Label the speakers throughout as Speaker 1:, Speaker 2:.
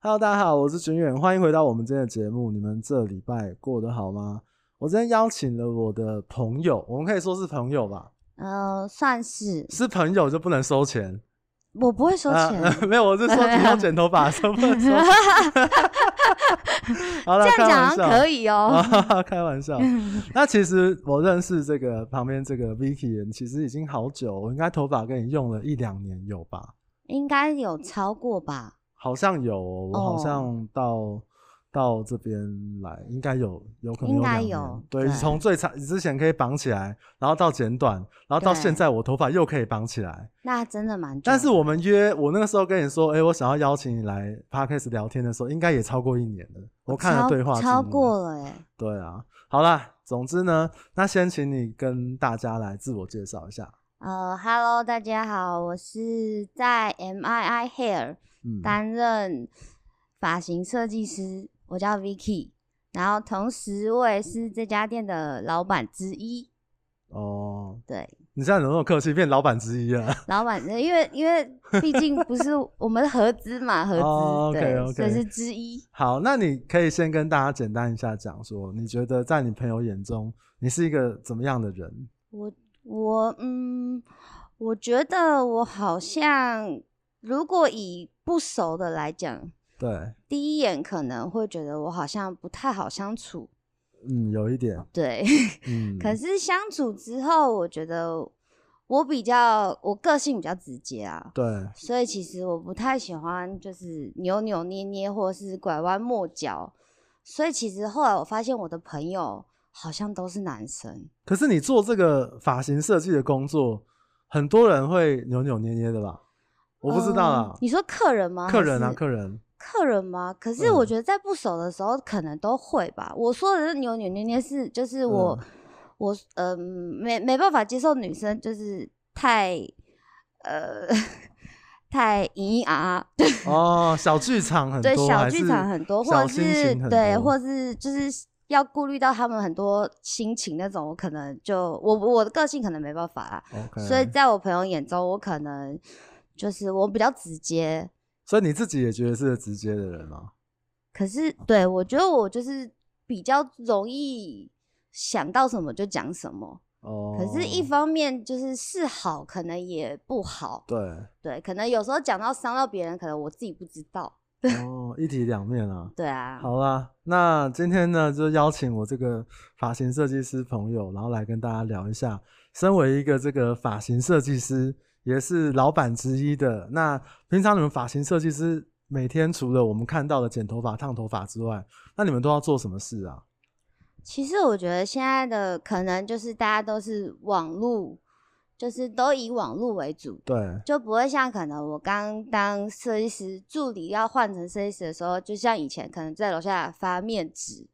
Speaker 1: Hello，大家好，我是君远，欢迎回到我们今天的节目。你们这礼拜过得好吗？我今天邀请了我的朋友，我们可以说是朋友吧，
Speaker 2: 呃，算是
Speaker 1: 是朋友就不能收钱。
Speaker 2: 我不会收 钱，
Speaker 1: 啊、没有，我是说你要剪头发的时候不能收 钱。好了，
Speaker 2: 这
Speaker 1: 开
Speaker 2: 样讲
Speaker 1: 玩
Speaker 2: 好
Speaker 1: 笑
Speaker 2: 像可以哦、
Speaker 1: 啊，开玩笑。 那其实我认识这个旁边这个 Vicky，其实已经好久，我应该头发跟你用了一两年有吧？
Speaker 2: 应该有超过吧？
Speaker 1: 好像有、哦，我好
Speaker 2: 哦
Speaker 1: 像到、到这边来，应该有，有可能
Speaker 2: 应该
Speaker 1: 两年
Speaker 2: 有
Speaker 1: 对，
Speaker 2: 对
Speaker 1: 从最长之前可以绑起来，然后到剪短，然后到
Speaker 2: 对
Speaker 1: 现在我头发又可以绑起来。
Speaker 2: 那真的蛮久的。
Speaker 1: 但是我们约，我那个时候跟你说，哎、我想要邀请你来 podcast 聊天的时候，应该也超过一年了。我看了
Speaker 2: 超
Speaker 1: 对话记录
Speaker 2: 超过了哎、
Speaker 1: 对啊，好啦，总之呢，那先请你跟大家来自我介绍一下。
Speaker 2: 呃，Hello，大家好，我是在 MII Hair
Speaker 1: 嗯，
Speaker 2: 担任发型设计师，我叫 Vicky，然后同时我也是这家店的老板之一。
Speaker 1: 哦，
Speaker 2: 对，
Speaker 1: 你现在怎么那么客气，变老板之一了？
Speaker 2: 老板，呃因为因为毕竟不是我们合资嘛，合资、
Speaker 1: 哦
Speaker 2: 对
Speaker 1: OK，OK
Speaker 2: 所以是之一。
Speaker 1: 好，那你可以先跟大家简单一下讲说，你觉得在你朋友眼中，你是一个怎么样的人？
Speaker 2: 我嗯，我觉得我好像，如果以不熟的来讲，
Speaker 1: 对，
Speaker 2: 第一眼可能会觉得我好像不太好相处，
Speaker 1: 嗯，有一点，
Speaker 2: 对。
Speaker 1: 嗯，
Speaker 2: 可是相处之后，我觉得我比较，我个性比较直接啊，
Speaker 1: 对，
Speaker 2: 所以其实我不太喜欢就是扭扭捏捏或是拐弯抹角，所以其实后来我发现我的朋友好像都是男生，
Speaker 1: 可是你做这个发型设计的工作，很多人会扭扭捏捏的吧？我不知道
Speaker 2: 嗯
Speaker 1: 啦，
Speaker 2: 你说客人吗？
Speaker 1: 客人
Speaker 2: 还
Speaker 1: 啊，
Speaker 2: 是
Speaker 1: 客人，
Speaker 2: 客人吗？可是我
Speaker 1: 嗯
Speaker 2: 觉得在不熟的时候，可能都会吧。我说的是扭扭捏捏是，就是我、
Speaker 1: 嗯
Speaker 2: 我呃没没办法接受女生就是太呃 太咦啊，
Speaker 1: 哦，小剧场很多，
Speaker 2: 对小
Speaker 1: 还
Speaker 2: 剧
Speaker 1: 是
Speaker 2: 场很多，或
Speaker 1: 小
Speaker 2: 者
Speaker 1: 心情
Speaker 2: 是
Speaker 1: 很
Speaker 2: 对，
Speaker 1: 多
Speaker 2: 或者是就是要顾虑到他们很多心情那种，我可能就我我的个性可能没办法啦。
Speaker 1: OK，
Speaker 2: 所以在我朋友眼中，我可能就是我比较直接，
Speaker 1: 所以你自己也觉得是个直接的人吗？
Speaker 2: 可是，对我觉得我就是比较容易想到什么就讲什么。
Speaker 1: 哦，
Speaker 2: 可是，一方面就是是好，可能也不好。
Speaker 1: 对，
Speaker 2: 对，可能有时候讲到伤到别人，可能我自己不知道。
Speaker 1: 哦，一体两面啊。
Speaker 2: 对啊，
Speaker 1: 好啦，那今天呢，就邀请我这个发型设计师朋友，然后来跟大家聊一下，身为一个这个发型设计师，也是老板之一的。那平常你们发型设计师每天除了我们看到的剪头发、烫头发之外，那你们都要做什么事啊？
Speaker 2: 其实我觉得现在的可能就是大家都是网络，就是都以网络为主，
Speaker 1: 对，
Speaker 2: 就不会像可能我刚当设计师助理要换成设计师的时候，就像以前可能在楼下发面纸，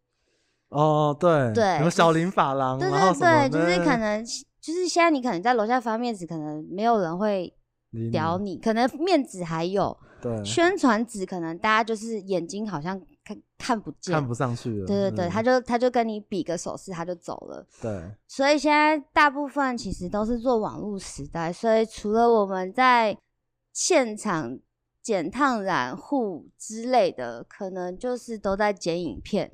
Speaker 1: 哦，对，
Speaker 2: 对
Speaker 1: 什么小林发廊，
Speaker 2: 对
Speaker 1: 然后
Speaker 2: 对
Speaker 1: 什么
Speaker 2: 对，就是
Speaker 1: 呢
Speaker 2: 可能就是现在你可能在楼下发面子，可能没有人会
Speaker 1: 理你
Speaker 2: 屌你，可能面子还有
Speaker 1: 对，
Speaker 2: 宣传纸，可能大家就是眼睛好像看看不见，
Speaker 1: 看不上去了。
Speaker 2: 对对对，
Speaker 1: 嗯
Speaker 2: 他就他就跟你比个手势，他就走了。
Speaker 1: 对，
Speaker 2: 所以现在大部分其实都是做网络时代，所以除了我们在现场剪烫染护之类的，可能就是都在剪影片。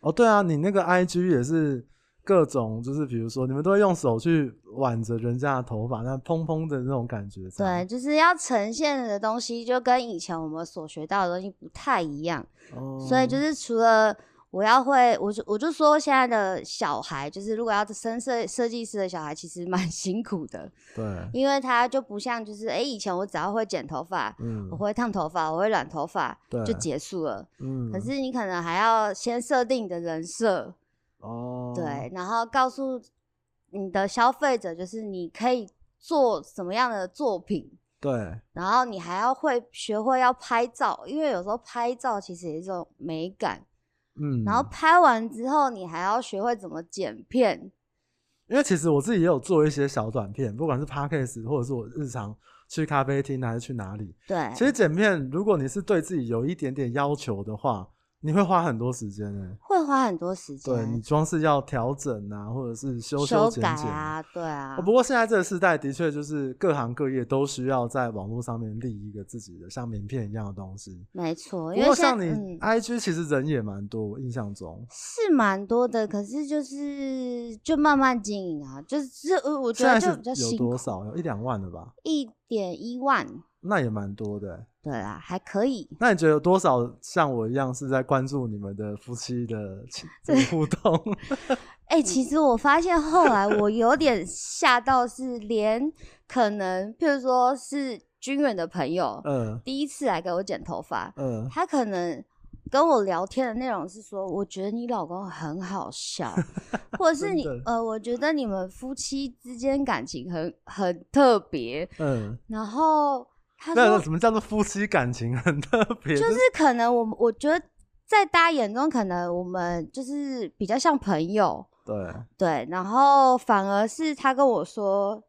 Speaker 1: 哦，对啊，你那个 IG 也是各种，就是比如说你们都会用手去挽着人家的头发，那蓬蓬的那种感觉。
Speaker 2: 对，，就是要呈现的东西就跟以前我们所学到的东西不太一样，
Speaker 1: 哦、
Speaker 2: 所以就是除了我要会，我就我就说现在的小孩，就是如果要升设设计师的小孩，其实蛮 辛苦的，
Speaker 1: 对，
Speaker 2: 因为他就不像就是诶，以前我只要会剪头发，
Speaker 1: 嗯
Speaker 2: 我会烫头发，我会染头发
Speaker 1: 对
Speaker 2: 就结束了。
Speaker 1: 嗯，
Speaker 2: 可是你可能还要先设定你的人设，
Speaker 1: 哦，
Speaker 2: 对，然后告诉你的消费者，就是你可以做什么样的作品。
Speaker 1: 对
Speaker 2: 然后你还要会学会要拍照，因为有时候拍照其实也是一种美感。
Speaker 1: 嗯，
Speaker 2: 然后拍完之后，你还要学会怎么剪片。
Speaker 1: 因为其实我自己也有做一些小短片，不管是 podcast 或者是我日常去咖啡厅还是去哪里，
Speaker 2: 对，
Speaker 1: 其实剪片，如果你是对自己有一点点要求的话，你会花很多时间呢、
Speaker 2: 会花很多时
Speaker 1: 对你
Speaker 2: 间
Speaker 1: 装饰要调整啊，或者是修
Speaker 2: 修
Speaker 1: 剪
Speaker 2: 改
Speaker 1: 剪
Speaker 2: 啊，对啊
Speaker 1: 哦。不过现在这个时代的确就是各行各业都需要在网络上面立一个自己的像名片一样的东西。
Speaker 2: 没错，
Speaker 1: 不
Speaker 2: 因为
Speaker 1: 过
Speaker 2: 现
Speaker 1: 像
Speaker 2: 在
Speaker 1: 你啊
Speaker 2: 嗯
Speaker 1: IG 其实人也蛮多，我印象中
Speaker 2: 是蛮多
Speaker 1: 嗯
Speaker 2: 的，可是就是就慢慢经营啊，就是这呃我觉
Speaker 1: 现
Speaker 2: 得
Speaker 1: 在
Speaker 2: 就比较
Speaker 1: 是有
Speaker 2: 辛
Speaker 1: 多
Speaker 2: 苦，
Speaker 1: 少？有一两万了吧？
Speaker 2: 一点一万，
Speaker 1: 那也蛮多的欸、
Speaker 2: 对啦，还可以。
Speaker 1: 那你觉得有多少像我一样是在关注你们的夫妻的情这个互动？
Speaker 2: 哎、
Speaker 1: 嗯
Speaker 2: 其实我发现后来我有点吓到，是连可能，譬如说是军远的朋友，
Speaker 1: 嗯
Speaker 2: 第一次来给我剪头发，
Speaker 1: 嗯，
Speaker 2: 他可能跟我聊天的内容是说，我觉得你老公很好笑，或者是
Speaker 1: 真
Speaker 2: 你
Speaker 1: 的
Speaker 2: 呃，我觉得你们夫妻之间感情很很特别。
Speaker 1: 嗯，
Speaker 2: 然后他
Speaker 1: 那
Speaker 2: 说，
Speaker 1: 什么叫做夫妻感情很特别？
Speaker 2: 就是可能我们我觉得在大家眼中，可能我们就是比较像朋友，
Speaker 1: 对，
Speaker 2: 对，然后反而是他跟我说，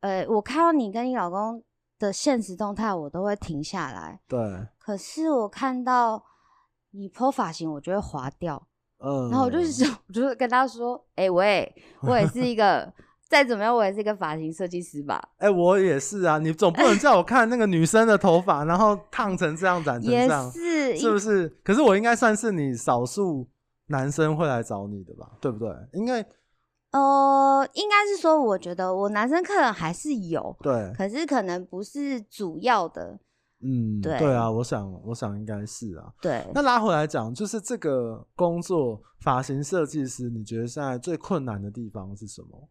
Speaker 2: 呃，我看到你跟你老公的现实动态，我都会停下来。
Speaker 1: 对，
Speaker 2: 可是我看到你剖发型，我就会划掉。
Speaker 1: 嗯。
Speaker 2: 然后我就是 我就是跟他说，哎、喂，我也是一 个，再怎么样我也是一个发型设计师吧，
Speaker 1: 哎、我也是啊，你总不能叫我看那个女生的头发，然后烫成这样染成
Speaker 2: 也
Speaker 1: 这样，
Speaker 2: 是
Speaker 1: 是
Speaker 2: 因
Speaker 1: 不是？可是我应该算是你少数男生会来找你的吧，对不对？因为
Speaker 2: 呃，应该是说，我觉得我男生客人还是有，
Speaker 1: 对，
Speaker 2: 可是可能不是主要的，
Speaker 1: 嗯，
Speaker 2: 对
Speaker 1: 对啊，我想，我想应该是啊。
Speaker 2: 对。
Speaker 1: 那拉回来讲，就是这个工作，发型设计师，你觉得现在最困难的地方是什么？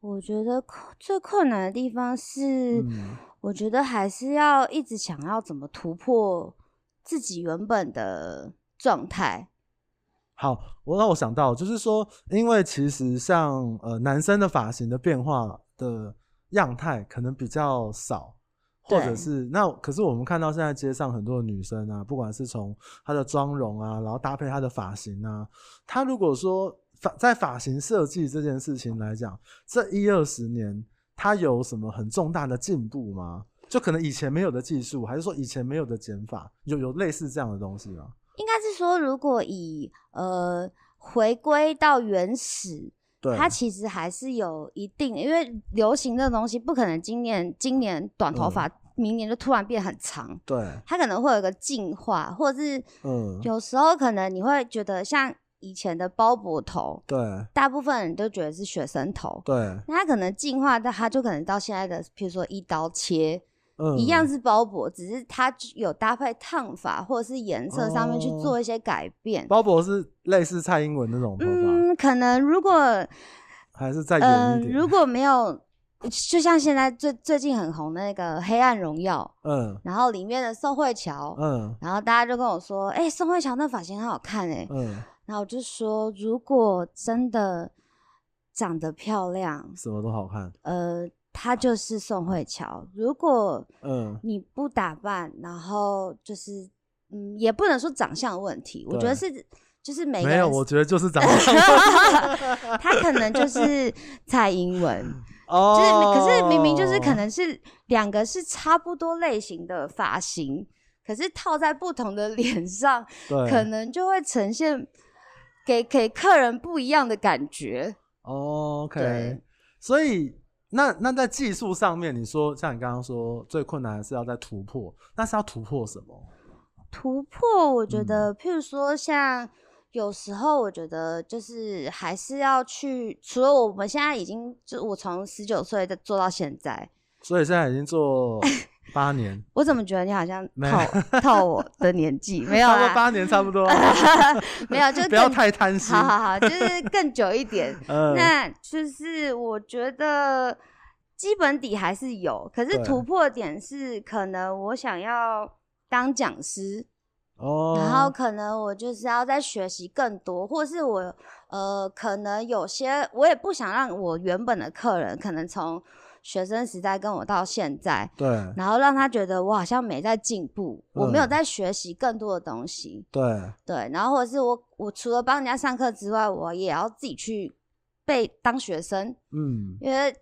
Speaker 2: 我觉得困最困难的地方是，
Speaker 1: 嗯
Speaker 2: 我觉得还是要一直想要怎么突破自己原本的状态。
Speaker 1: 好，我让我想到，就是说，因为其实像呃男生的发型的变化的样态可能比较少，或者
Speaker 2: 对
Speaker 1: 是那可是我们看到现在街上很多的女生啊，不管是从她的妆容啊，然后搭配她的发型啊，她如果说发在发型设计这件事情来讲，这一二十年她有什么很重大的进步吗？就可能以前没有的技术，还是说以前没有的剪法，有有类似这样的东西吗？
Speaker 2: 应该是说，如果以呃回归到原始，
Speaker 1: 对，
Speaker 2: 它其实还是有一定，因为流行这东西不可能今年今年短头
Speaker 1: 嗯
Speaker 2: 发，明年就突然变很长，
Speaker 1: 对，
Speaker 2: 它可能会有一个进化，或者是
Speaker 1: 嗯，
Speaker 2: 有时候可能你会觉得像以前的包脖头，
Speaker 1: 对
Speaker 2: 大部分人都觉得是学生头，
Speaker 1: 对，
Speaker 2: 那它可能进化到，它就可能到现在的，譬如说一刀切，
Speaker 1: 嗯，
Speaker 2: 一样是包脖，只是它有搭配烫发或者是颜色上面去
Speaker 1: 哦
Speaker 2: 做一些改变。
Speaker 1: 包博是类似蔡英文那种头发，
Speaker 2: 嗯，可能如果
Speaker 1: 还是再
Speaker 2: 呃
Speaker 1: 远一点？
Speaker 2: 如果没有，就像现在最最近很红的那个《黑暗荣耀》，
Speaker 1: 嗯
Speaker 2: 然后里面的宋慧乔。
Speaker 1: 嗯
Speaker 2: 然后大家就跟我说：“哎、宋慧乔那发型很好看哎、
Speaker 1: 嗯，
Speaker 2: 然后我就说：“如果真的长得漂亮，
Speaker 1: 什么都好看。
Speaker 2: 呃，她就是宋慧乔。如果
Speaker 1: 嗯，
Speaker 2: 你不打扮，然后就是，嗯，也不能说长相的问题，我觉得是就是每个
Speaker 1: 没有，
Speaker 2: 人
Speaker 1: 我觉得就是 长相
Speaker 2: 他可 能就是蔡英文，
Speaker 1: 哦，
Speaker 2: 就是可是明明就是可能是两个是差不多类型的发型，可是套在不同的 脸上，
Speaker 1: 对
Speaker 2: 可能就会呈现给给客人不一样的感觉。
Speaker 1: 哦 OK，
Speaker 2: 对
Speaker 1: 所以。那那在技术上面，你说像你刚刚说最困难的是要在突破，那是要突破什么？
Speaker 2: 突破，我
Speaker 1: 嗯
Speaker 2: 觉得，譬如说像有时候，我觉得就是还是要去，除了我们现在已经就我从十九岁的做到现在，
Speaker 1: 所以现在已经 做八年，
Speaker 2: 我怎么觉得你好像
Speaker 1: 没有
Speaker 2: 套套我的年纪？没有
Speaker 1: 差不多
Speaker 2: 啦，
Speaker 1: 八年差 不多，
Speaker 2: 没有，就
Speaker 1: 不要
Speaker 2: 更
Speaker 1: 太贪心
Speaker 2: 好。好好，就是更久一点。
Speaker 1: 嗯，
Speaker 2: 那就是我觉得基本底还是有，可是
Speaker 1: 对
Speaker 2: 突破点是可能我想要当讲师。
Speaker 1: 哦，
Speaker 2: 然后可能我就是要再学习更多，或是我呃，可能有些我也不想让我原本的客人，可能从学生时代跟我到现在，
Speaker 1: 对
Speaker 2: 然后让他觉得我好像没在进步，我没有
Speaker 1: 嗯
Speaker 2: 在学习更多的东西，
Speaker 1: 对，
Speaker 2: 对，然后或者是我我除了帮人家上课之外，我也要自己去被当学生，
Speaker 1: 嗯，
Speaker 2: 因为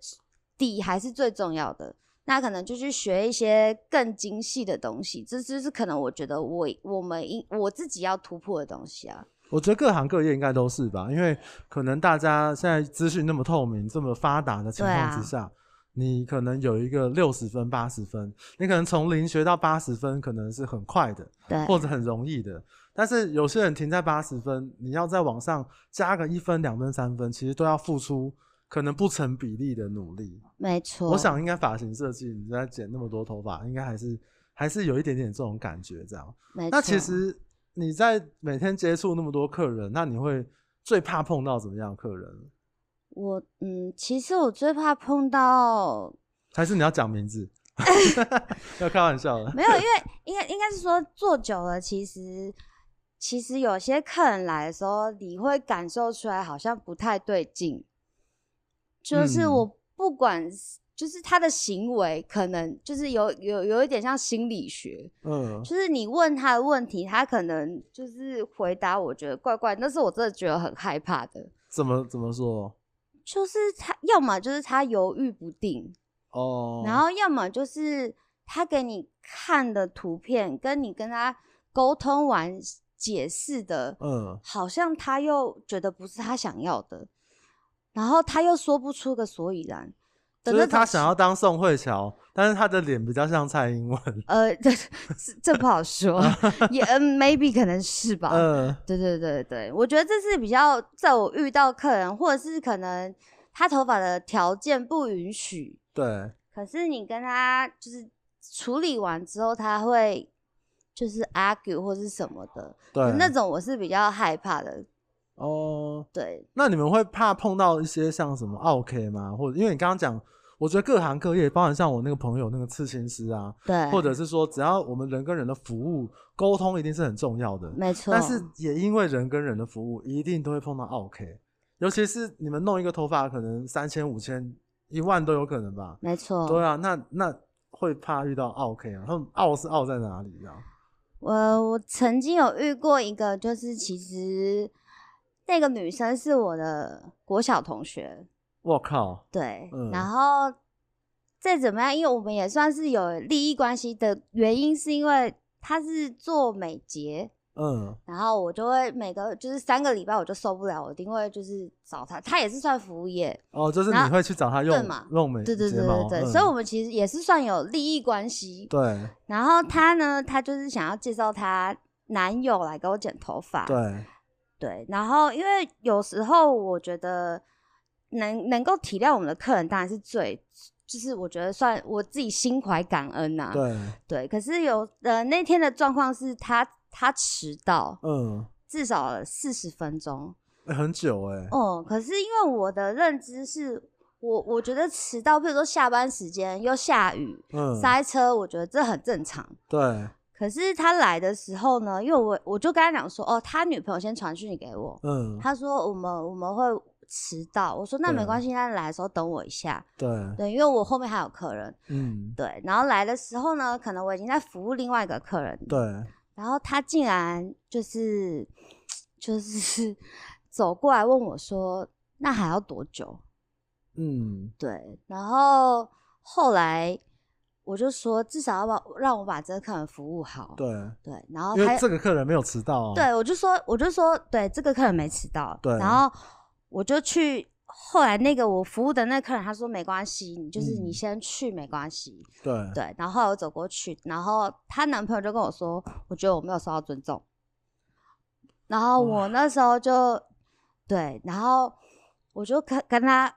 Speaker 2: 底还是最重要的。那可能就去学一些更精细的东西，这就是可能我觉得我我们应我自己要突破的东西啊。
Speaker 1: 我觉得各行各业应该都是吧，因为可能大家现在资讯那么透明、这么发达的情况
Speaker 2: 啊
Speaker 1: 之下，你可能有一个六十分、八十分，你可能从零学到八十分，可能是很快的，
Speaker 2: 对，
Speaker 1: 或者很容易的。但是有些人停在八十分，你要再往上加个一分、两分、三分，其实都要付出可能不成比例的努力。
Speaker 2: 没错。
Speaker 1: 我想应该发型设计，你在剪那么多头发，应该还是还是有一点点这种感觉这样。
Speaker 2: 没错，
Speaker 1: 那其实你在每天接触那么多客人，那你会最怕碰到怎么样的客人？
Speaker 2: 我嗯，其实我最怕碰到
Speaker 1: 还是你要讲名 字？ 要开玩笑了。
Speaker 2: 没有，因为应该应该是说做久了，其实其实有些客人来的时候，你会感受出来好像不太对劲，就是
Speaker 1: 嗯
Speaker 2: 我不管是。就是他的行为可能就是有有有一点像心理学，
Speaker 1: 嗯，
Speaker 2: 就是你问他的问题，他可能就是回答，我觉得怪怪，那是我真的觉得很害怕的。
Speaker 1: 怎么怎么说？
Speaker 2: 就是他要么就是他犹豫不定，
Speaker 1: 哦，
Speaker 2: 然后要么就是他给你看的图片，跟你跟他沟通完解释的，
Speaker 1: 嗯，
Speaker 2: 好像他又觉得不是他想要的，然后他又说不出个所以然。的
Speaker 1: 就
Speaker 2: 那
Speaker 1: 是
Speaker 2: 种
Speaker 1: 他想要当宋慧乔，但是他的脸比较像蔡英文。
Speaker 2: 呃， 这这这不 好说，也嗯，maybe 可能是吧。
Speaker 1: 嗯
Speaker 2: 对对对对，我觉得这是比较在我遇到客人，或者是可能他头发的条件不允许，
Speaker 1: 对，
Speaker 2: 可是你跟他就是处理完之后，他会就是 argue 或是什么的，
Speaker 1: 对
Speaker 2: 那种我是比较害怕的。
Speaker 1: 哦，
Speaker 2: 对，
Speaker 1: 那你们会怕碰到一些像什么 OK 吗？或者因为你刚刚讲，我觉得各行各业，包含像我那个朋友那个刺青师啊，
Speaker 2: 对，
Speaker 1: 或者是说，只要我们人跟人的服务沟通一定是很重要的，
Speaker 2: 没错，
Speaker 1: 但是也因为人跟人的服务，一定都会碰到 OK，尤其是你们弄一个头发，可能三千、五千、一万都有可能吧？
Speaker 2: 没错，
Speaker 1: 对啊，那那会怕遇到 OK 啊？他们 o 是 o 在哪里啊？
Speaker 2: 我我曾经有遇过一个，就是其实那个女生是我的国小同学，
Speaker 1: 我靠，
Speaker 2: 对，
Speaker 1: 嗯
Speaker 2: 然后再怎么样，因为我们也算是有利益关系的原因，是因为她是做美睫，
Speaker 1: 嗯，
Speaker 2: 然后我就会每个就是三个礼拜我就受不了，我一定会就是找他，他也是算服务业，
Speaker 1: 哦，就是
Speaker 2: 然
Speaker 1: 你
Speaker 2: 后
Speaker 1: 会去找他用
Speaker 2: 对嘛
Speaker 1: 用美
Speaker 2: 对对
Speaker 1: 睫
Speaker 2: 对
Speaker 1: 毛
Speaker 2: 对对，
Speaker 1: 嗯
Speaker 2: 所以我们其实也是算有利益关系。
Speaker 1: 对
Speaker 2: 然后他呢，他就是想要介绍他男友来给我剪头发，
Speaker 1: 对
Speaker 2: 对然后因为有时候我觉得能能够体谅我们的客人，当然是最。就是我觉得算我自己心怀感恩呐、
Speaker 1: 对，
Speaker 2: 对。可是有呃那天的状况是他他迟到
Speaker 1: 嗯，
Speaker 2: 至少四十分钟，
Speaker 1: 欸很久哎、
Speaker 2: 哦，可是因为我的认知是，我我觉得迟到，比如说下班时间又下雨、
Speaker 1: 嗯，
Speaker 2: 塞车，我觉得这很正常。
Speaker 1: 对，
Speaker 2: 可是他来的时候呢，因为我我就跟他讲说，哦，他女朋友先传讯给我，
Speaker 1: 嗯，
Speaker 2: 他说我们我们会迟到，我说那没
Speaker 1: 对
Speaker 2: 关系，他来的时候等我一下，
Speaker 1: 对，
Speaker 2: 对，因为我后面还有客人，
Speaker 1: 嗯，
Speaker 2: 对，然后来的时候呢，可能我已经在服务另外一个客人，
Speaker 1: 对，
Speaker 2: 然后他竟然就是就是 走过来问我说：“那还要多久
Speaker 1: 嗯，？”
Speaker 2: 对，然后后来我就说至少要把让我把这个客人服务好。
Speaker 1: 对，
Speaker 2: 对然后
Speaker 1: 因
Speaker 2: 他
Speaker 1: 为这个客人没有迟到哦。
Speaker 2: 哦对我就说我就说对这个客人没迟到，
Speaker 1: 对
Speaker 2: 然后我就去。后来那个我服务的那个客人他说没关系，你就是你
Speaker 1: 嗯
Speaker 2: 先去没关系。
Speaker 1: 对
Speaker 2: 对，然后后来我走过去，然后她男朋友就跟我说，我觉得我没有受到尊重。然后
Speaker 1: 哇
Speaker 2: 我那时候就对，然后我就跟跟他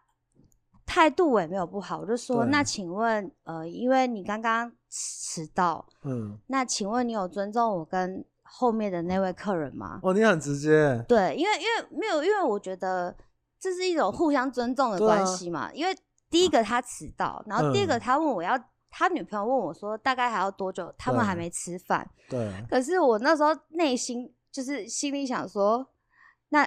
Speaker 2: 态度我也没有不好，我就说
Speaker 1: 对
Speaker 2: 那请问呃，因为你刚刚迟迟到，
Speaker 1: 嗯，
Speaker 2: 那请问你有尊重我跟后面的那位客人吗？
Speaker 1: 哦，你很直接，
Speaker 2: 对，因为因为没有，因为我觉得这是一种互相尊重的
Speaker 1: 对
Speaker 2: 关
Speaker 1: 啊
Speaker 2: 系嘛。因为第一个他迟到，然后第二个
Speaker 1: 嗯
Speaker 2: 他问我要，他女朋友问我说大概还要多久，他们还
Speaker 1: 对
Speaker 2: 没吃饭。
Speaker 1: 对，
Speaker 2: 可是我那时候内心就是心里想说，那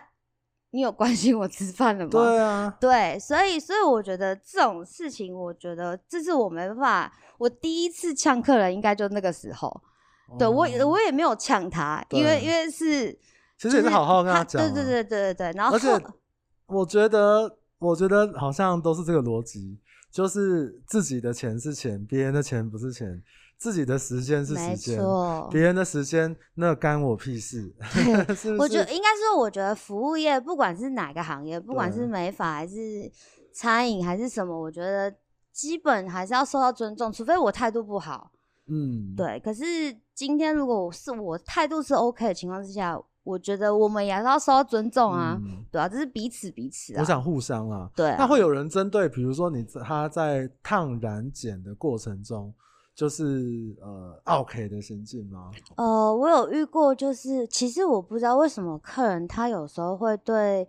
Speaker 2: 你有关心我吃饭了吗？
Speaker 1: 对啊，
Speaker 2: 对，所以所以我觉得这种事情，我觉得这是我没办法，我第一次呛客人应该就那个时候，对我也
Speaker 1: 哦
Speaker 2: 我也没有呛他，因为
Speaker 1: 对
Speaker 2: 因为是。
Speaker 1: 其实也是好好跟
Speaker 2: 他
Speaker 1: 他讲啊，
Speaker 2: 对对对对对对，然后
Speaker 1: 而且我觉得，我觉得好像都是这个逻辑，就是自己的钱是钱，别人的钱不是钱，自己的时间是时
Speaker 2: 没
Speaker 1: 间，
Speaker 2: 错。
Speaker 1: 别人的时间那干我屁事， 是不
Speaker 2: 我觉
Speaker 1: 是
Speaker 2: 得？应该说，我觉得服务业不管是哪个行业，不管
Speaker 1: 对
Speaker 2: 是美发还是餐饮还是什么，我觉得基本还是要受到尊重，除非我态度不好。
Speaker 1: 嗯，
Speaker 2: 对，可是今天如果我是我态度是 OK 的情况之下，我觉得我们也是要受到尊重啊，
Speaker 1: 嗯
Speaker 2: 对啊，这是彼此彼此啊。
Speaker 1: 我想互相啦。
Speaker 2: 对啊，
Speaker 1: 那会有人针对，比如说你在他在烫染剪的过程中，就是呃 OK 的行径吗？
Speaker 2: 呃，我有遇过，就是其实我不知道为什么客人他有时候会对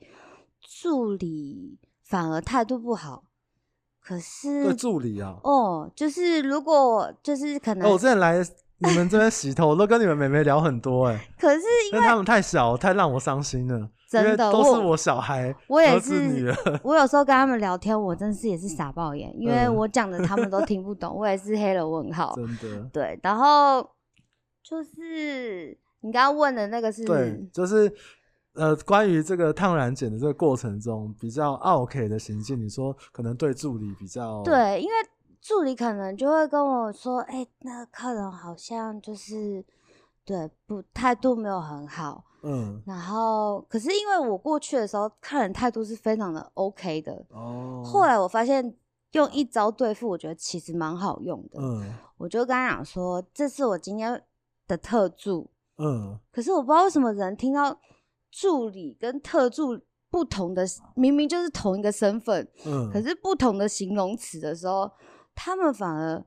Speaker 2: 助理反而态度不好，可
Speaker 1: 对
Speaker 2: 是
Speaker 1: 助理啊，
Speaker 2: 哦，就是如果就是可能，
Speaker 1: 哦，我之前来你们这边洗头，都跟你们妹妹聊很 多哎、
Speaker 2: 可是
Speaker 1: 但他们太小，太让我伤心了，因为
Speaker 2: 真的
Speaker 1: 都是
Speaker 2: 我
Speaker 1: 我小孩，
Speaker 2: 我也
Speaker 1: 儿子女
Speaker 2: 是，
Speaker 1: 儿，
Speaker 2: 我有时候跟他们聊天，我真是也是傻爆眼，因为
Speaker 1: 嗯
Speaker 2: 我讲的他们都听不懂，我也是黑了问号。
Speaker 1: 真的。
Speaker 2: 对，然后就是你刚刚问的那个是
Speaker 1: 对，就是呃，关于这个烫染剪的这个过程中，比较 OK 的行径，你说可能对助理比较，
Speaker 2: 对，因为助理可能就会跟我说：“哎、那个客人好像就是对不态度没有很好。”
Speaker 1: 嗯，
Speaker 2: 然后，可是因为我过去的时候，客人态度是非常的 OK 的。
Speaker 1: 哦，
Speaker 2: 后来我发现用一招对付，我觉得其实蛮好用的。
Speaker 1: 嗯
Speaker 2: 我就跟他讲说：“这是我今天的特助。”
Speaker 1: 嗯，
Speaker 2: 可是我不知道为什么人听到助理跟特助不同的，明明就是同一个身份，
Speaker 1: 嗯，
Speaker 2: 可是不同的形容词的时候，他们反而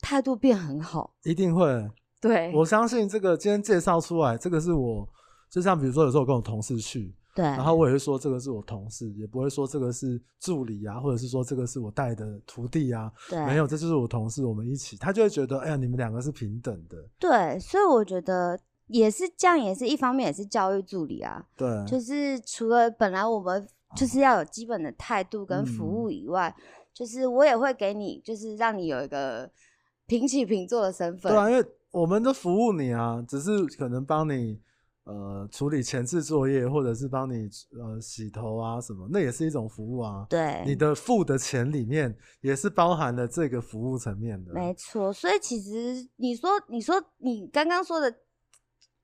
Speaker 2: 态度变很好。
Speaker 1: 一定会，
Speaker 2: 对，
Speaker 1: 我相信这个今天介绍出来，这个是我，就像比如说有时候我跟我同事去，
Speaker 2: 对，
Speaker 1: 然后我也会说这个是我同事，也不会说这个是助理啊，或者是说这个是我带的徒弟啊，
Speaker 2: 对，
Speaker 1: 没有，这就是我同事，我们一起，他就会觉得，哎呀，你们两个是平等的，
Speaker 2: 对，所以我觉得也是这样，也是一方面也是教育助理啊，
Speaker 1: 对，
Speaker 2: 就是除了本来我们
Speaker 1: 哦
Speaker 2: 就是要有基本的态度跟服务
Speaker 1: 嗯
Speaker 2: 以外，就是我也会给你，就是让你有一个平起平坐的身份。
Speaker 1: 对啊，因为我们都服务你啊，只是可能帮你呃处理前置作业，或者是帮你呃洗头啊什么，那也是一种服务啊。
Speaker 2: 对，
Speaker 1: 你的付的钱里面也是包含了这个服务层面的。
Speaker 2: 没错，所以其实你说，你说你刚刚说的，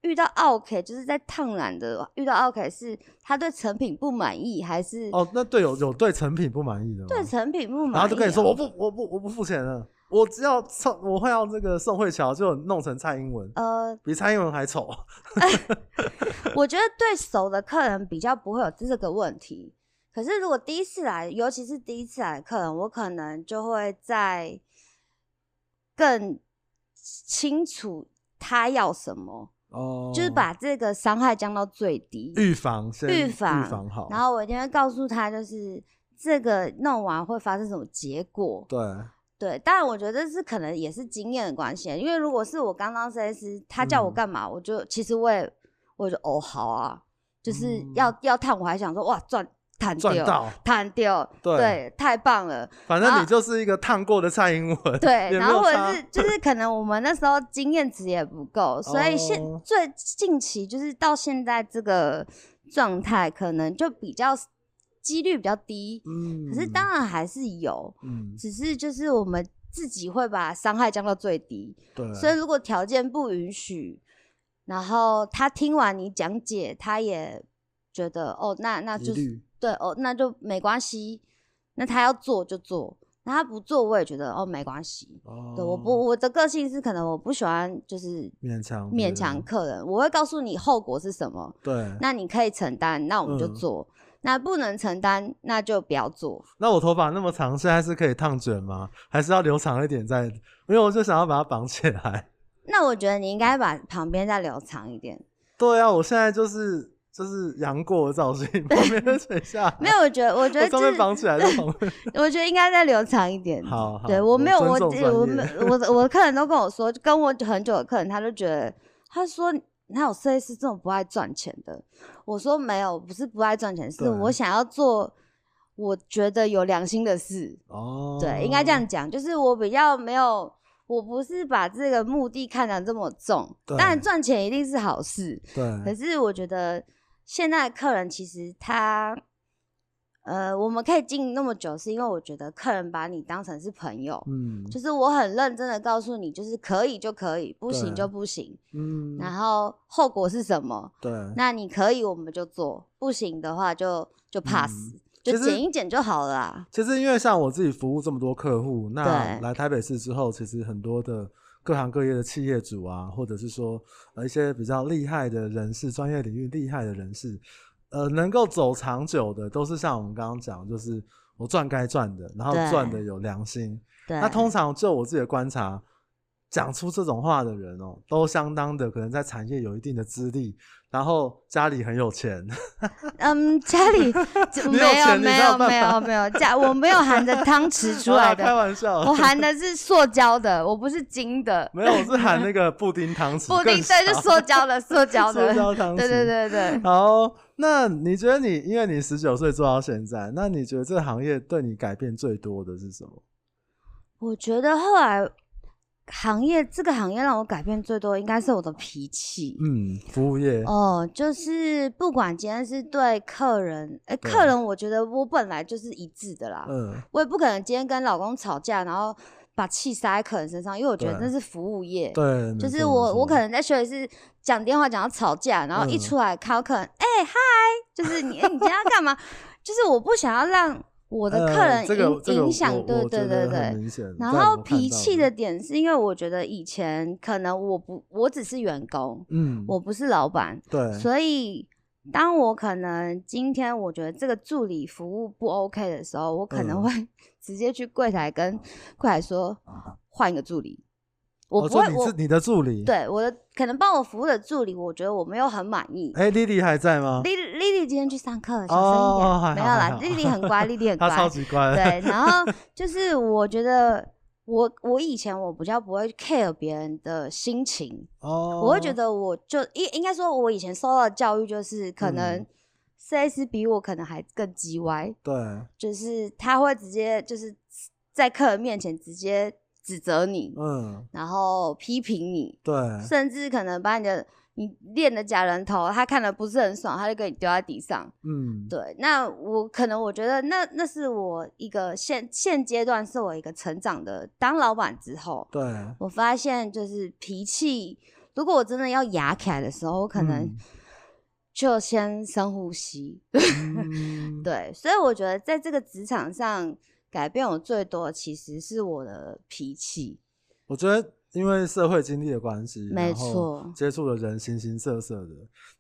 Speaker 2: 遇到 OK 就是在烫染的，遇到 OK 是他对成品不满意，还是
Speaker 1: 哦，那对有有对成品不满意的吗？
Speaker 2: 对成品不满意、啊
Speaker 1: 然后就跟你说我，不我不我不付钱了，我只要唱我会要这个宋慧乔就弄成蔡英文，
Speaker 2: 呃，
Speaker 1: 比蔡英文还丑。
Speaker 2: 我觉得对熟的客人比较不会有这个问题。可是如果第一次来，尤其是第一次来的客人，我可能就会在更清楚他要什么，
Speaker 1: 哦，
Speaker 2: 就是把这个伤害降到最低。
Speaker 1: 预防先
Speaker 2: 预防
Speaker 1: 预防好，
Speaker 2: 然后我一定会告诉他，就是这个弄完会发生什么结果。
Speaker 1: 对
Speaker 2: 对，当然我觉得这是可能也是经验的关系，啊因为如果是我刚当设计师，他叫我
Speaker 1: 嗯
Speaker 2: 干嘛，我就其实我也我就哦好啊，就是
Speaker 1: 嗯
Speaker 2: 要、要探，我还想说哇赚探
Speaker 1: 赚
Speaker 2: 掉
Speaker 1: 到。
Speaker 2: 探掉，
Speaker 1: 对
Speaker 2: 对，太棒了，
Speaker 1: 反正
Speaker 2: 然
Speaker 1: 你
Speaker 2: 后
Speaker 1: 就是一个烫过的蔡英文，也
Speaker 2: 对，
Speaker 1: 没
Speaker 2: 然后
Speaker 1: 有
Speaker 2: 或者
Speaker 1: 差
Speaker 2: 是就是可能我们那时候经验值也不够，所以现、
Speaker 1: 哦
Speaker 2: 最近期就是到现在这个状态，可能就比较几率比较低，
Speaker 1: 嗯，
Speaker 2: 可是当然还是有，
Speaker 1: 嗯，
Speaker 2: 只是就是我们自己会把伤害降到最低，
Speaker 1: 对，
Speaker 2: 所以如果条件不允许，然后他听完你讲解，他也觉得哦，那那
Speaker 1: 疑
Speaker 2: 就是
Speaker 1: 虑
Speaker 2: 对哦，那就没关系，那他要做就做，那他不做我也觉得哦没关系。
Speaker 1: 哦，
Speaker 2: 对，我不我的个性是可能我不喜欢就是
Speaker 1: 勉强别
Speaker 2: 勉强
Speaker 1: 人
Speaker 2: 客人，我会告诉你后果是什么，
Speaker 1: 对。
Speaker 2: 那你可以承担，那我们就
Speaker 1: 嗯
Speaker 2: 做。那不能承担，那就不要做。
Speaker 1: 那我头发那么长，现在是可以烫卷吗？还是要留长一点再？因为我就想要把它绑起来。
Speaker 2: 那我觉得你应该把旁边再留长一点。
Speaker 1: 对啊，我现在就是就是杨过的造型，旁边的垂下来，
Speaker 2: 没有，我觉得，我觉
Speaker 1: 啊 我
Speaker 2: 得
Speaker 1: 上
Speaker 2: 这
Speaker 1: 面，绑起来，就 旁边
Speaker 2: 我觉得应该再留长一 点。
Speaker 1: 好好
Speaker 2: 对我没有，
Speaker 1: 我
Speaker 2: 我
Speaker 1: 尊重专
Speaker 2: 我
Speaker 1: 业
Speaker 2: 没我的我的客人都跟我说，就跟我很久的客人，他就觉得，他说哪有设计师这种不爱赚钱的？我说没有，不是不爱赚钱，是
Speaker 1: 对
Speaker 2: 我想要做我觉得有良心的事。
Speaker 1: 哦，
Speaker 2: 对，应该这样讲，就是我比较没有。我不是把这个目的看得这么重，
Speaker 1: 对
Speaker 2: 当然赚钱一定是好事，可
Speaker 1: 对，
Speaker 2: 是我觉得现在的客人其实他，呃，我们可以经营那么久，是因为我觉得客人把你当成是朋友，
Speaker 1: 嗯
Speaker 2: 就是我很认真的告诉你，就是可以就可以，不行
Speaker 1: 对
Speaker 2: 就不行，
Speaker 1: 嗯，
Speaker 2: 然后后果是什么？
Speaker 1: 对，
Speaker 2: 那你可以我们就做，不行的话就就 pass，、
Speaker 1: 嗯
Speaker 2: 就
Speaker 1: 其实
Speaker 2: 减一减就好了啊啦。
Speaker 1: 其实因为像我自己服务这么多客户，那
Speaker 2: 对
Speaker 1: 来台北市之后，其实很多的各行各业的企业主啊，或者是说呃一些比较厉害的人士，专业领域厉害的人士，呃，能够走长久的，都是像我们刚刚讲，就是我赚该赚的，然后
Speaker 2: 对
Speaker 1: 赚的有良心。
Speaker 2: 对，
Speaker 1: 那通常就我自己的观察。讲出这种话的人哦，都相当的可能在产业有一定的资历，然后家里很有钱，
Speaker 2: 嗯，家 里就
Speaker 1: 你有
Speaker 2: 没有
Speaker 1: 钱你
Speaker 2: 没
Speaker 1: 才有
Speaker 2: 有
Speaker 1: 办
Speaker 2: 没
Speaker 1: 法
Speaker 2: 有没有家，我没有 含着汤匙出
Speaker 1: 好啦
Speaker 2: 来
Speaker 1: 开
Speaker 2: 的，哦
Speaker 1: 玩笑，
Speaker 2: 我含的是塑胶的，我不是 金的，
Speaker 1: 没有，我是喊那个布丁汤匙，
Speaker 2: 布丁对，就塑胶的，塑胶
Speaker 1: 胶
Speaker 2: 的，
Speaker 1: 胶汤匙，
Speaker 2: 对对。对 对。
Speaker 1: 好，那你觉得你，因为你十九岁做到现在，那你觉得这个行业对你改变最多的是什么？
Speaker 2: 我觉得后来行业这个行业让我改变最多，应该是我的脾气。
Speaker 1: 嗯，服务业，
Speaker 2: 哦，就是不管今天是对客人，哎、
Speaker 1: 对
Speaker 2: 客人，我觉得我本来就是一致的啦，
Speaker 1: 嗯，
Speaker 2: 我也不可能今天跟老公吵架，然后把气撒在客人身上，因为我觉得
Speaker 1: 对
Speaker 2: 那是服务业，
Speaker 1: 对，没
Speaker 2: 就
Speaker 1: 错
Speaker 2: 是
Speaker 1: 没
Speaker 2: 我我
Speaker 1: 错
Speaker 2: 可能在学里是讲电话讲到吵架，然后一
Speaker 1: 嗯
Speaker 2: 出来看到客人，哎、嗨，就是你、哎你今天要干嘛？就是我不想要让我的客
Speaker 1: 呃
Speaker 2: 人影、
Speaker 1: 这个这个
Speaker 2: 影响，
Speaker 1: 我
Speaker 2: 对
Speaker 1: 我
Speaker 2: 对
Speaker 1: 觉
Speaker 2: 对
Speaker 1: 得很
Speaker 2: 对。
Speaker 1: 明显。
Speaker 2: 然
Speaker 1: 在
Speaker 2: 后
Speaker 1: 我看
Speaker 2: 脾
Speaker 1: 到
Speaker 2: 气的，点是因为我觉得以前可能我不我只是员工，
Speaker 1: 嗯，
Speaker 2: 我不是老板，
Speaker 1: 对，
Speaker 2: 所以当我可能今天我觉得这个助理服务不 OK 的时候，我可能
Speaker 1: 嗯啊
Speaker 2: 会 直接去柜台跟柜台说换一个助理。我
Speaker 1: 哦
Speaker 2: 不
Speaker 1: 说
Speaker 2: 会，
Speaker 1: 你
Speaker 2: 我
Speaker 1: 是你的助理，，
Speaker 2: 对我的可能帮我服务的助理，我觉得我没有很满意。
Speaker 1: 哎，莉莉还在吗？
Speaker 2: 丽丽丽今天去上课，小声一点，
Speaker 1: 哦，还
Speaker 2: 没
Speaker 1: 好
Speaker 2: 有
Speaker 1: 还
Speaker 2: 啦，
Speaker 1: 好
Speaker 2: 丽丽很 乖，丽丽很
Speaker 1: 她超
Speaker 2: 乖。
Speaker 1: 级乖，
Speaker 2: 对，然后就是我觉得我我以前我比较不会 care 别人的心情，
Speaker 1: 哦，
Speaker 2: 我会觉得我就应应该说，我以前受到的教育就是可能
Speaker 1: 嗯
Speaker 2: CS 比我可能还更叽歪，
Speaker 1: 对，
Speaker 2: 就是他会直接就是在客人面前直接指责你，
Speaker 1: 嗯，
Speaker 2: 然后批评你，
Speaker 1: 对，
Speaker 2: 甚至可能把你的你练的假人头，他看的不是很爽，他就给你丢在地上。
Speaker 1: 嗯，
Speaker 2: 对，那我可能我觉得那那是我一个现现阶段是我一个成长的，当老板之后，
Speaker 1: 对。
Speaker 2: 我发现就是脾气，如果我真的要压起来的时候，我可能
Speaker 1: 嗯
Speaker 2: 就先深呼吸。
Speaker 1: 嗯
Speaker 2: 对，所以我觉得在这个职场上，改变我最多的其实是我的脾气。
Speaker 1: 我觉得因为社会经历的关系，
Speaker 2: 没
Speaker 1: 然后
Speaker 2: 错
Speaker 1: 接触的人形形色色的。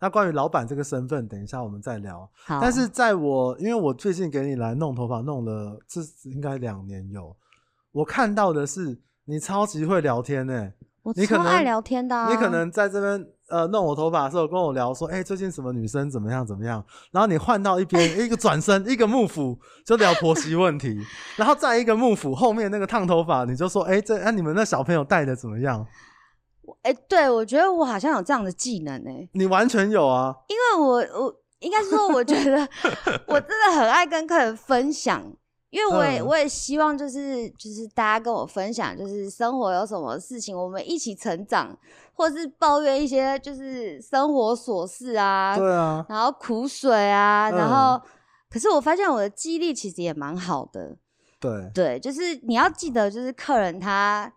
Speaker 1: 那关于老板这个身份，等一下我们再聊。
Speaker 2: 好，
Speaker 1: 但是在我，因为我最近给你来弄头发，弄了这应该两年有，我看到的是你超级会聊天呢、
Speaker 2: 我
Speaker 1: 你可
Speaker 2: 超爱
Speaker 1: 能
Speaker 2: 聊天的、啊，
Speaker 1: 你可能在这边呃弄我头发的时候跟我聊说，哎、最近什么女生怎么样怎么样，然后你换到一边哎一个转身一个幕府就聊婆媳问题，然后再一个幕府后面那个烫头发你就说，哎、这啊你们那小朋友带的怎么样？
Speaker 2: 哎、对我觉得我好像有这样的技能哎、
Speaker 1: 你完全有啊，
Speaker 2: 因为我我应该是说，我觉 得我真的很爱跟客人分享，因为我也、
Speaker 1: 嗯
Speaker 2: 我也希望就是就是大家跟我分享，就是生活有什么事情，我们一起成长，或是抱怨一些就是生活琐事啊，
Speaker 1: 对啊，
Speaker 2: 然后苦水啊，
Speaker 1: 嗯
Speaker 2: 然后。可是我发现我的记忆力其实也蛮好的，
Speaker 1: 对，
Speaker 2: 对，就是你要记得，就是客人他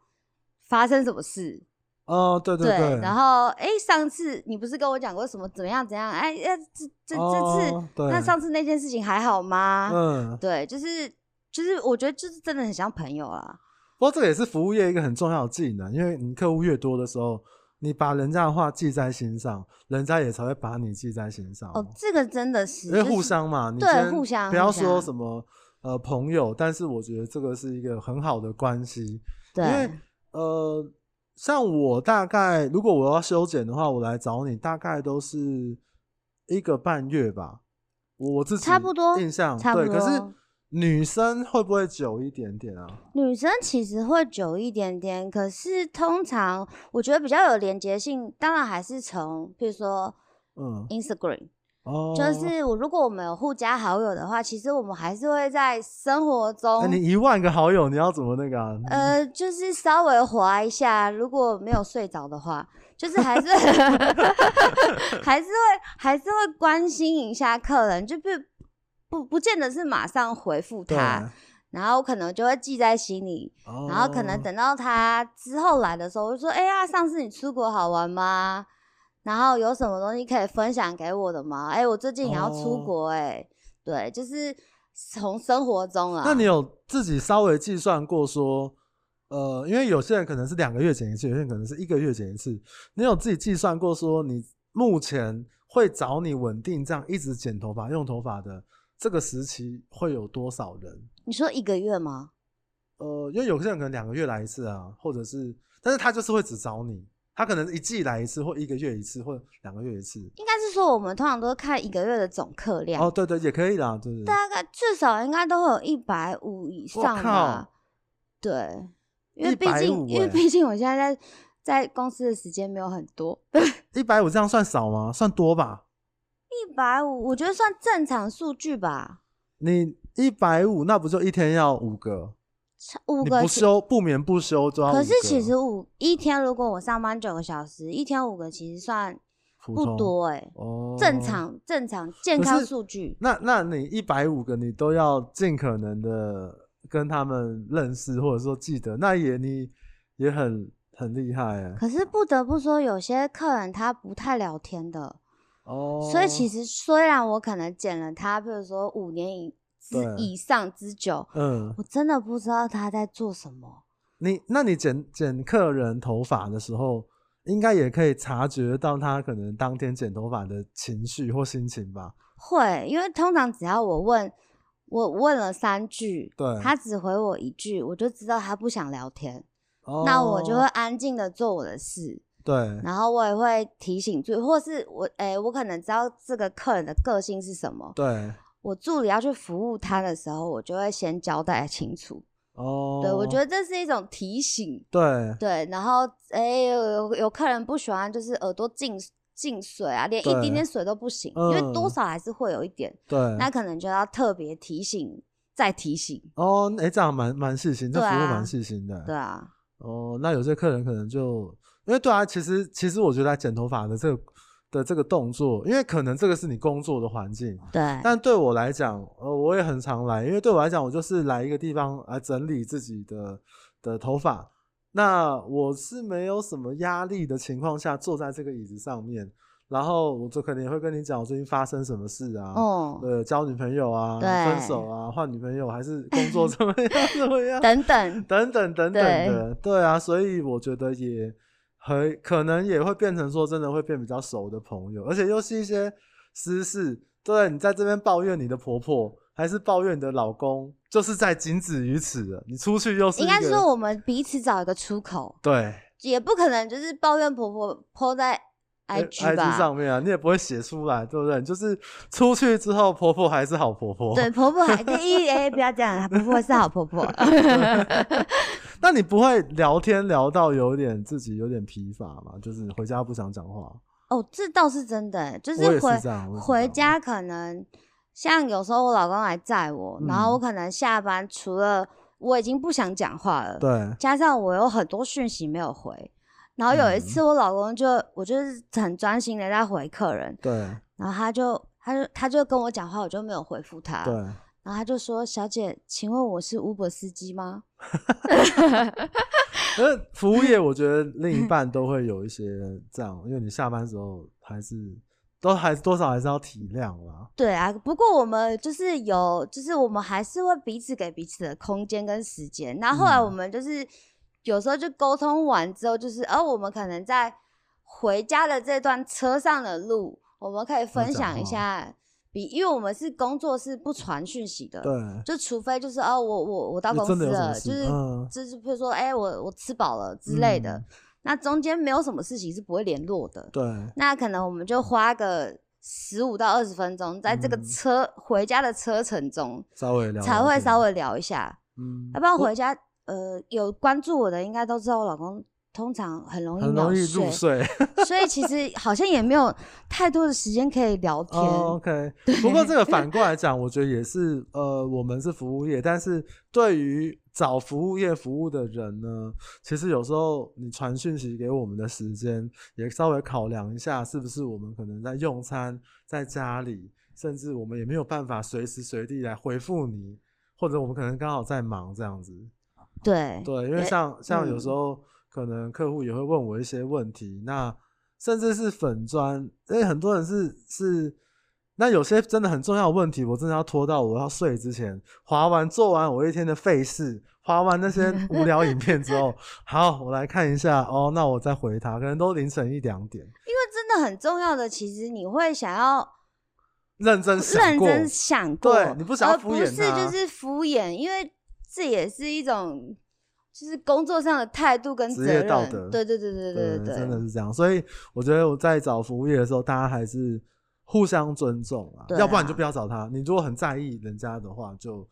Speaker 2: 发生什么事，
Speaker 1: 哦，对对对，
Speaker 2: 然后哎、诶上次你不是跟我讲过什么怎么样怎样？哎、要这这这次、
Speaker 1: 哦对
Speaker 2: 那上次那件事情还好吗？
Speaker 1: 嗯，
Speaker 2: 对，就是就是，我觉得就是真的很像朋友啦。哦
Speaker 1: 不过这个也是服务业一个很重要的技能，因为你客户越多的时候，你把人家的话记在心上，人家也才会把你记在心上嘛。
Speaker 2: 哦，这个真的是
Speaker 1: 因为互
Speaker 2: 就是
Speaker 1: 相嘛，你
Speaker 2: 对
Speaker 1: 先
Speaker 2: 互相
Speaker 1: 不要
Speaker 2: 互
Speaker 1: 说
Speaker 2: 相
Speaker 1: 什么呃朋友，但是我觉得这个是一个很好的关系，因为
Speaker 2: 对
Speaker 1: 呃，像我大概如果我要修剪的话，我来找你大概都是一个半月吧，我我自己
Speaker 2: 差不多
Speaker 1: 印象
Speaker 2: 差
Speaker 1: 对，
Speaker 2: 不
Speaker 1: 可是
Speaker 2: 多
Speaker 1: 女生会不会久一点点啊？
Speaker 2: 女生其实会久一点点，可是通常我觉得比较有连结性，当然还是从比如说
Speaker 1: 嗯，
Speaker 2: Instagram，、
Speaker 1: 哦，
Speaker 2: 就是我如果我们有互加好友的话，其实我们还是会在生活中、
Speaker 1: 哎、你一万个好友，你要怎么那个啊？
Speaker 2: 呃，就是稍微滑一下，如果没有睡着的话，就是还是 还是会还是会关心一下客人，就不不不见得是马上回复
Speaker 1: 对，啊
Speaker 2: 他，然后我可能就会记在心里，然后可
Speaker 1: 哦
Speaker 2: 能等到他之后来的时候，我就说：“哎、呀，上次你出国好玩吗？然后有什么东西可以分享给我的吗？哎、我最近也要出
Speaker 1: 哦
Speaker 2: 国、哎、对，就是从生活中啊。
Speaker 1: 那你有自己稍微计算过说，呃，因为有些人可能是两个月减一次，有些人可能是一个月减一次，你有自己计算过说你目前会找你稳定这样一直剪头发、用头发的这个时期会有多少人？
Speaker 2: 你说一个月吗？
Speaker 1: 呃，因为有些人可能两个月来一次啊，或者是，但是他就是会只找你，他可能一季来一次，或一个月一次，或两个月一次。
Speaker 2: 应该是说我们通常都是看一个月的总客量，
Speaker 1: 哦，对对，也可以啦，对对对。
Speaker 2: 大概至少应该都会有一百五以
Speaker 1: 我
Speaker 2: 上吧
Speaker 1: 靠。
Speaker 2: 对，因为毕
Speaker 1: 150
Speaker 2: 竟，因为
Speaker 1: 欸
Speaker 2: 毕竟我现在在在公司的时间没有很多，
Speaker 1: 一百五这样算少吗？算多吧？
Speaker 2: 一百五我觉得算正常数据吧，
Speaker 1: 你一百五，那不就一天要五个？
Speaker 2: 差五
Speaker 1: 你
Speaker 2: 个
Speaker 1: 不
Speaker 2: 其。
Speaker 1: 休不眠不休都要五个。
Speaker 2: 可是其实五一天，如果我上班九个小时，一天五个其实算
Speaker 1: 普
Speaker 2: 不
Speaker 1: 通
Speaker 2: 多哎、
Speaker 1: 哦，
Speaker 2: 正。常正常健
Speaker 1: 可
Speaker 2: 康
Speaker 1: 是
Speaker 2: 数据。
Speaker 1: 那那你一百五个，你都要尽可能的跟他们认识，或者说记得，那也你也很很厉害哎。
Speaker 2: 可是不得不说，有些客人他不太聊天的，
Speaker 1: 哦，
Speaker 2: 所以其实虽然我可能减了他，比如说五年以之
Speaker 1: 对
Speaker 2: 以上之久，
Speaker 1: 嗯，
Speaker 2: 我真的不知道他在做什么。
Speaker 1: 你那你剪剪客人头发的时候，应该也可以察觉到他可能当天剪头发的情绪或心情吧？
Speaker 2: 会，因为通常只要我问，我问了三句，
Speaker 1: 对
Speaker 2: 他只回我一句，我就知道他不想聊天，
Speaker 1: 哦，
Speaker 2: 那我就会安静的做我的事，
Speaker 1: 对
Speaker 2: 然后我也会提醒注意，或是我，诶、我可能知道这个客人的个性是什么，
Speaker 1: 对
Speaker 2: 我助理要去服务他的时候，我就会先交代清楚。
Speaker 1: 哦，
Speaker 2: 对，我觉得这是一种提醒，
Speaker 1: 对
Speaker 2: 对，然后诶，有有有客人不喜欢就是耳朵进进水啊，连一
Speaker 1: 对
Speaker 2: 点点水都不行，因为多
Speaker 1: 嗯
Speaker 2: 少还是会有一点，
Speaker 1: 对
Speaker 2: 那可能就要特别提醒再提醒，
Speaker 1: 哦，哎、这样蛮蛮细心，这服
Speaker 2: 对
Speaker 1: 务
Speaker 2: 啊
Speaker 1: 蛮细心的。
Speaker 2: 对啊，
Speaker 1: 哦，那有些客人可能就因为对啊，其实其实我觉得剪头发的这个的这个动作，因为可能这个是你工作的环境，
Speaker 2: 对，
Speaker 1: 但对我来讲，呃，我也很常来，因为对我来讲，我就是来一个地方来整理自己的的头发。那我是没有什么压力的情况下坐在这个椅子上面，然后我就可能也会跟你讲我最近发生什么事啊，
Speaker 2: 哦，
Speaker 1: 呃，交女朋友啊，
Speaker 2: 对
Speaker 1: 分手啊，换女朋友还 是工作怎么样怎么样，
Speaker 2: 等等，
Speaker 1: 等等等等
Speaker 2: 对
Speaker 1: 的，对啊，所以我觉得也很可能也会变成说，真的会变比较熟的朋友，而且又是一些私事。对你在这边抱怨你的婆婆，还是抱怨你的老公，就是在仅止于此的。你出去 又是
Speaker 2: 应该
Speaker 1: 一个
Speaker 2: 说我们彼此找一个出口，
Speaker 1: 对
Speaker 2: 也不可能就是抱怨婆婆泼在
Speaker 1: 呃
Speaker 2: IG 吧。
Speaker 1: 上面啊，你也不会写出来，对不对？你就是出去之后，婆婆还是好婆婆。
Speaker 2: 对，婆婆还第一，哎、不要这样，婆婆是好 婆婆。
Speaker 1: 那你不会聊天聊到有点自己有点疲乏嘛？就是回家不想讲话，
Speaker 2: 哦，这倒是真的欸，就
Speaker 1: 我也是
Speaker 2: 是回
Speaker 1: 这样我也是这
Speaker 2: 回
Speaker 1: 样
Speaker 2: 家可能像有时候我老公来载我，然后我
Speaker 1: 嗯
Speaker 2: 可能下班除了我已经不想讲话了，
Speaker 1: 对，
Speaker 2: 加上我有很多讯息没有回，然后有一
Speaker 1: 嗯
Speaker 2: 次我老公就我就是很专心的在回客人，
Speaker 1: 对
Speaker 2: 然后他就他就他就跟我讲话，我就没有回复他，
Speaker 1: 对。
Speaker 2: 然后他就说：“小姐，请问我是 Uber 司机吗
Speaker 1: 呃，服务业我觉得另一半都会有一些这样，因为你下班时候还是都还是多少还是要体谅啦。？”
Speaker 2: 对啊，不过我们就是有，就是我们还是会彼此给彼此的空间跟时间。然后后来
Speaker 1: 嗯
Speaker 2: 我们就是有时候就沟通完之后，就是哦，我们可能在回家的这段车上的路，我们可以分享一下，比因为我们是工作是不传讯息的，
Speaker 1: 对，
Speaker 2: 就除非就是哦，我我我到
Speaker 1: 就
Speaker 2: 公
Speaker 1: 真
Speaker 2: 司
Speaker 1: 的有什么
Speaker 2: 了，
Speaker 1: 事
Speaker 2: 就是、
Speaker 1: 嗯
Speaker 2: 就是比如说，哎、我我吃饱了之类的，
Speaker 1: 嗯
Speaker 2: 那中间没有什么事情是不会联络的。
Speaker 1: 对，
Speaker 2: 那可能我们就花个十五到二十分钟，在这个
Speaker 1: 嗯
Speaker 2: 车、回家的车程中
Speaker 1: 稍微聊
Speaker 2: 才
Speaker 1: 聊
Speaker 2: 会
Speaker 1: 天
Speaker 2: 稍，微聊一下，
Speaker 1: 嗯
Speaker 2: 要不然回家呃有关注我的应该都知道，我老公通常很容易
Speaker 1: 很
Speaker 2: 秒
Speaker 1: 容易入睡。
Speaker 2: 所以其实好像也没有太多的时间可以聊天。
Speaker 1: 哦 OK，不过这个反过来讲，我觉得也是，呃，我们是服务业，但是对于找服务业服务的人呢，其实有时候你传讯息给我们的时间，也稍微考量一下，是不是我们可能在用餐，在家里。甚至我们也没有办法随时随地来回复你，或者我们可能刚好在忙这样子。
Speaker 2: 对
Speaker 1: 对，因为
Speaker 2: 也
Speaker 1: 像像有
Speaker 2: 嗯
Speaker 1: 时候可能客户也会问我一些问题，那甚至是粉砖，因为很多人是是，那有些真的很重要的问题，我真的要拖到我要睡之前，划完做完我一天的费事，划完那 些无聊影片之后，好，我来看一下哦，那我再回他，可能都凌晨一两点，
Speaker 2: 真的很重要的，其实你会想要
Speaker 1: 认真想
Speaker 2: 认
Speaker 1: 过，
Speaker 2: 真想过，
Speaker 1: 对你不想要
Speaker 2: 而
Speaker 1: 敷衍
Speaker 2: 不是
Speaker 1: 他
Speaker 2: 就是敷衍，因为这也是一种就是工作上的态度跟
Speaker 1: 职
Speaker 2: 责
Speaker 1: 业
Speaker 2: 任。
Speaker 1: 道德
Speaker 2: 对对对对对对，
Speaker 1: 真的是这样。所以我觉得我在找服务业的时候，大家还是互相尊重啊，
Speaker 2: 对
Speaker 1: 要不然
Speaker 2: 啊
Speaker 1: 你就不要找他。你如果很在意人家的话，就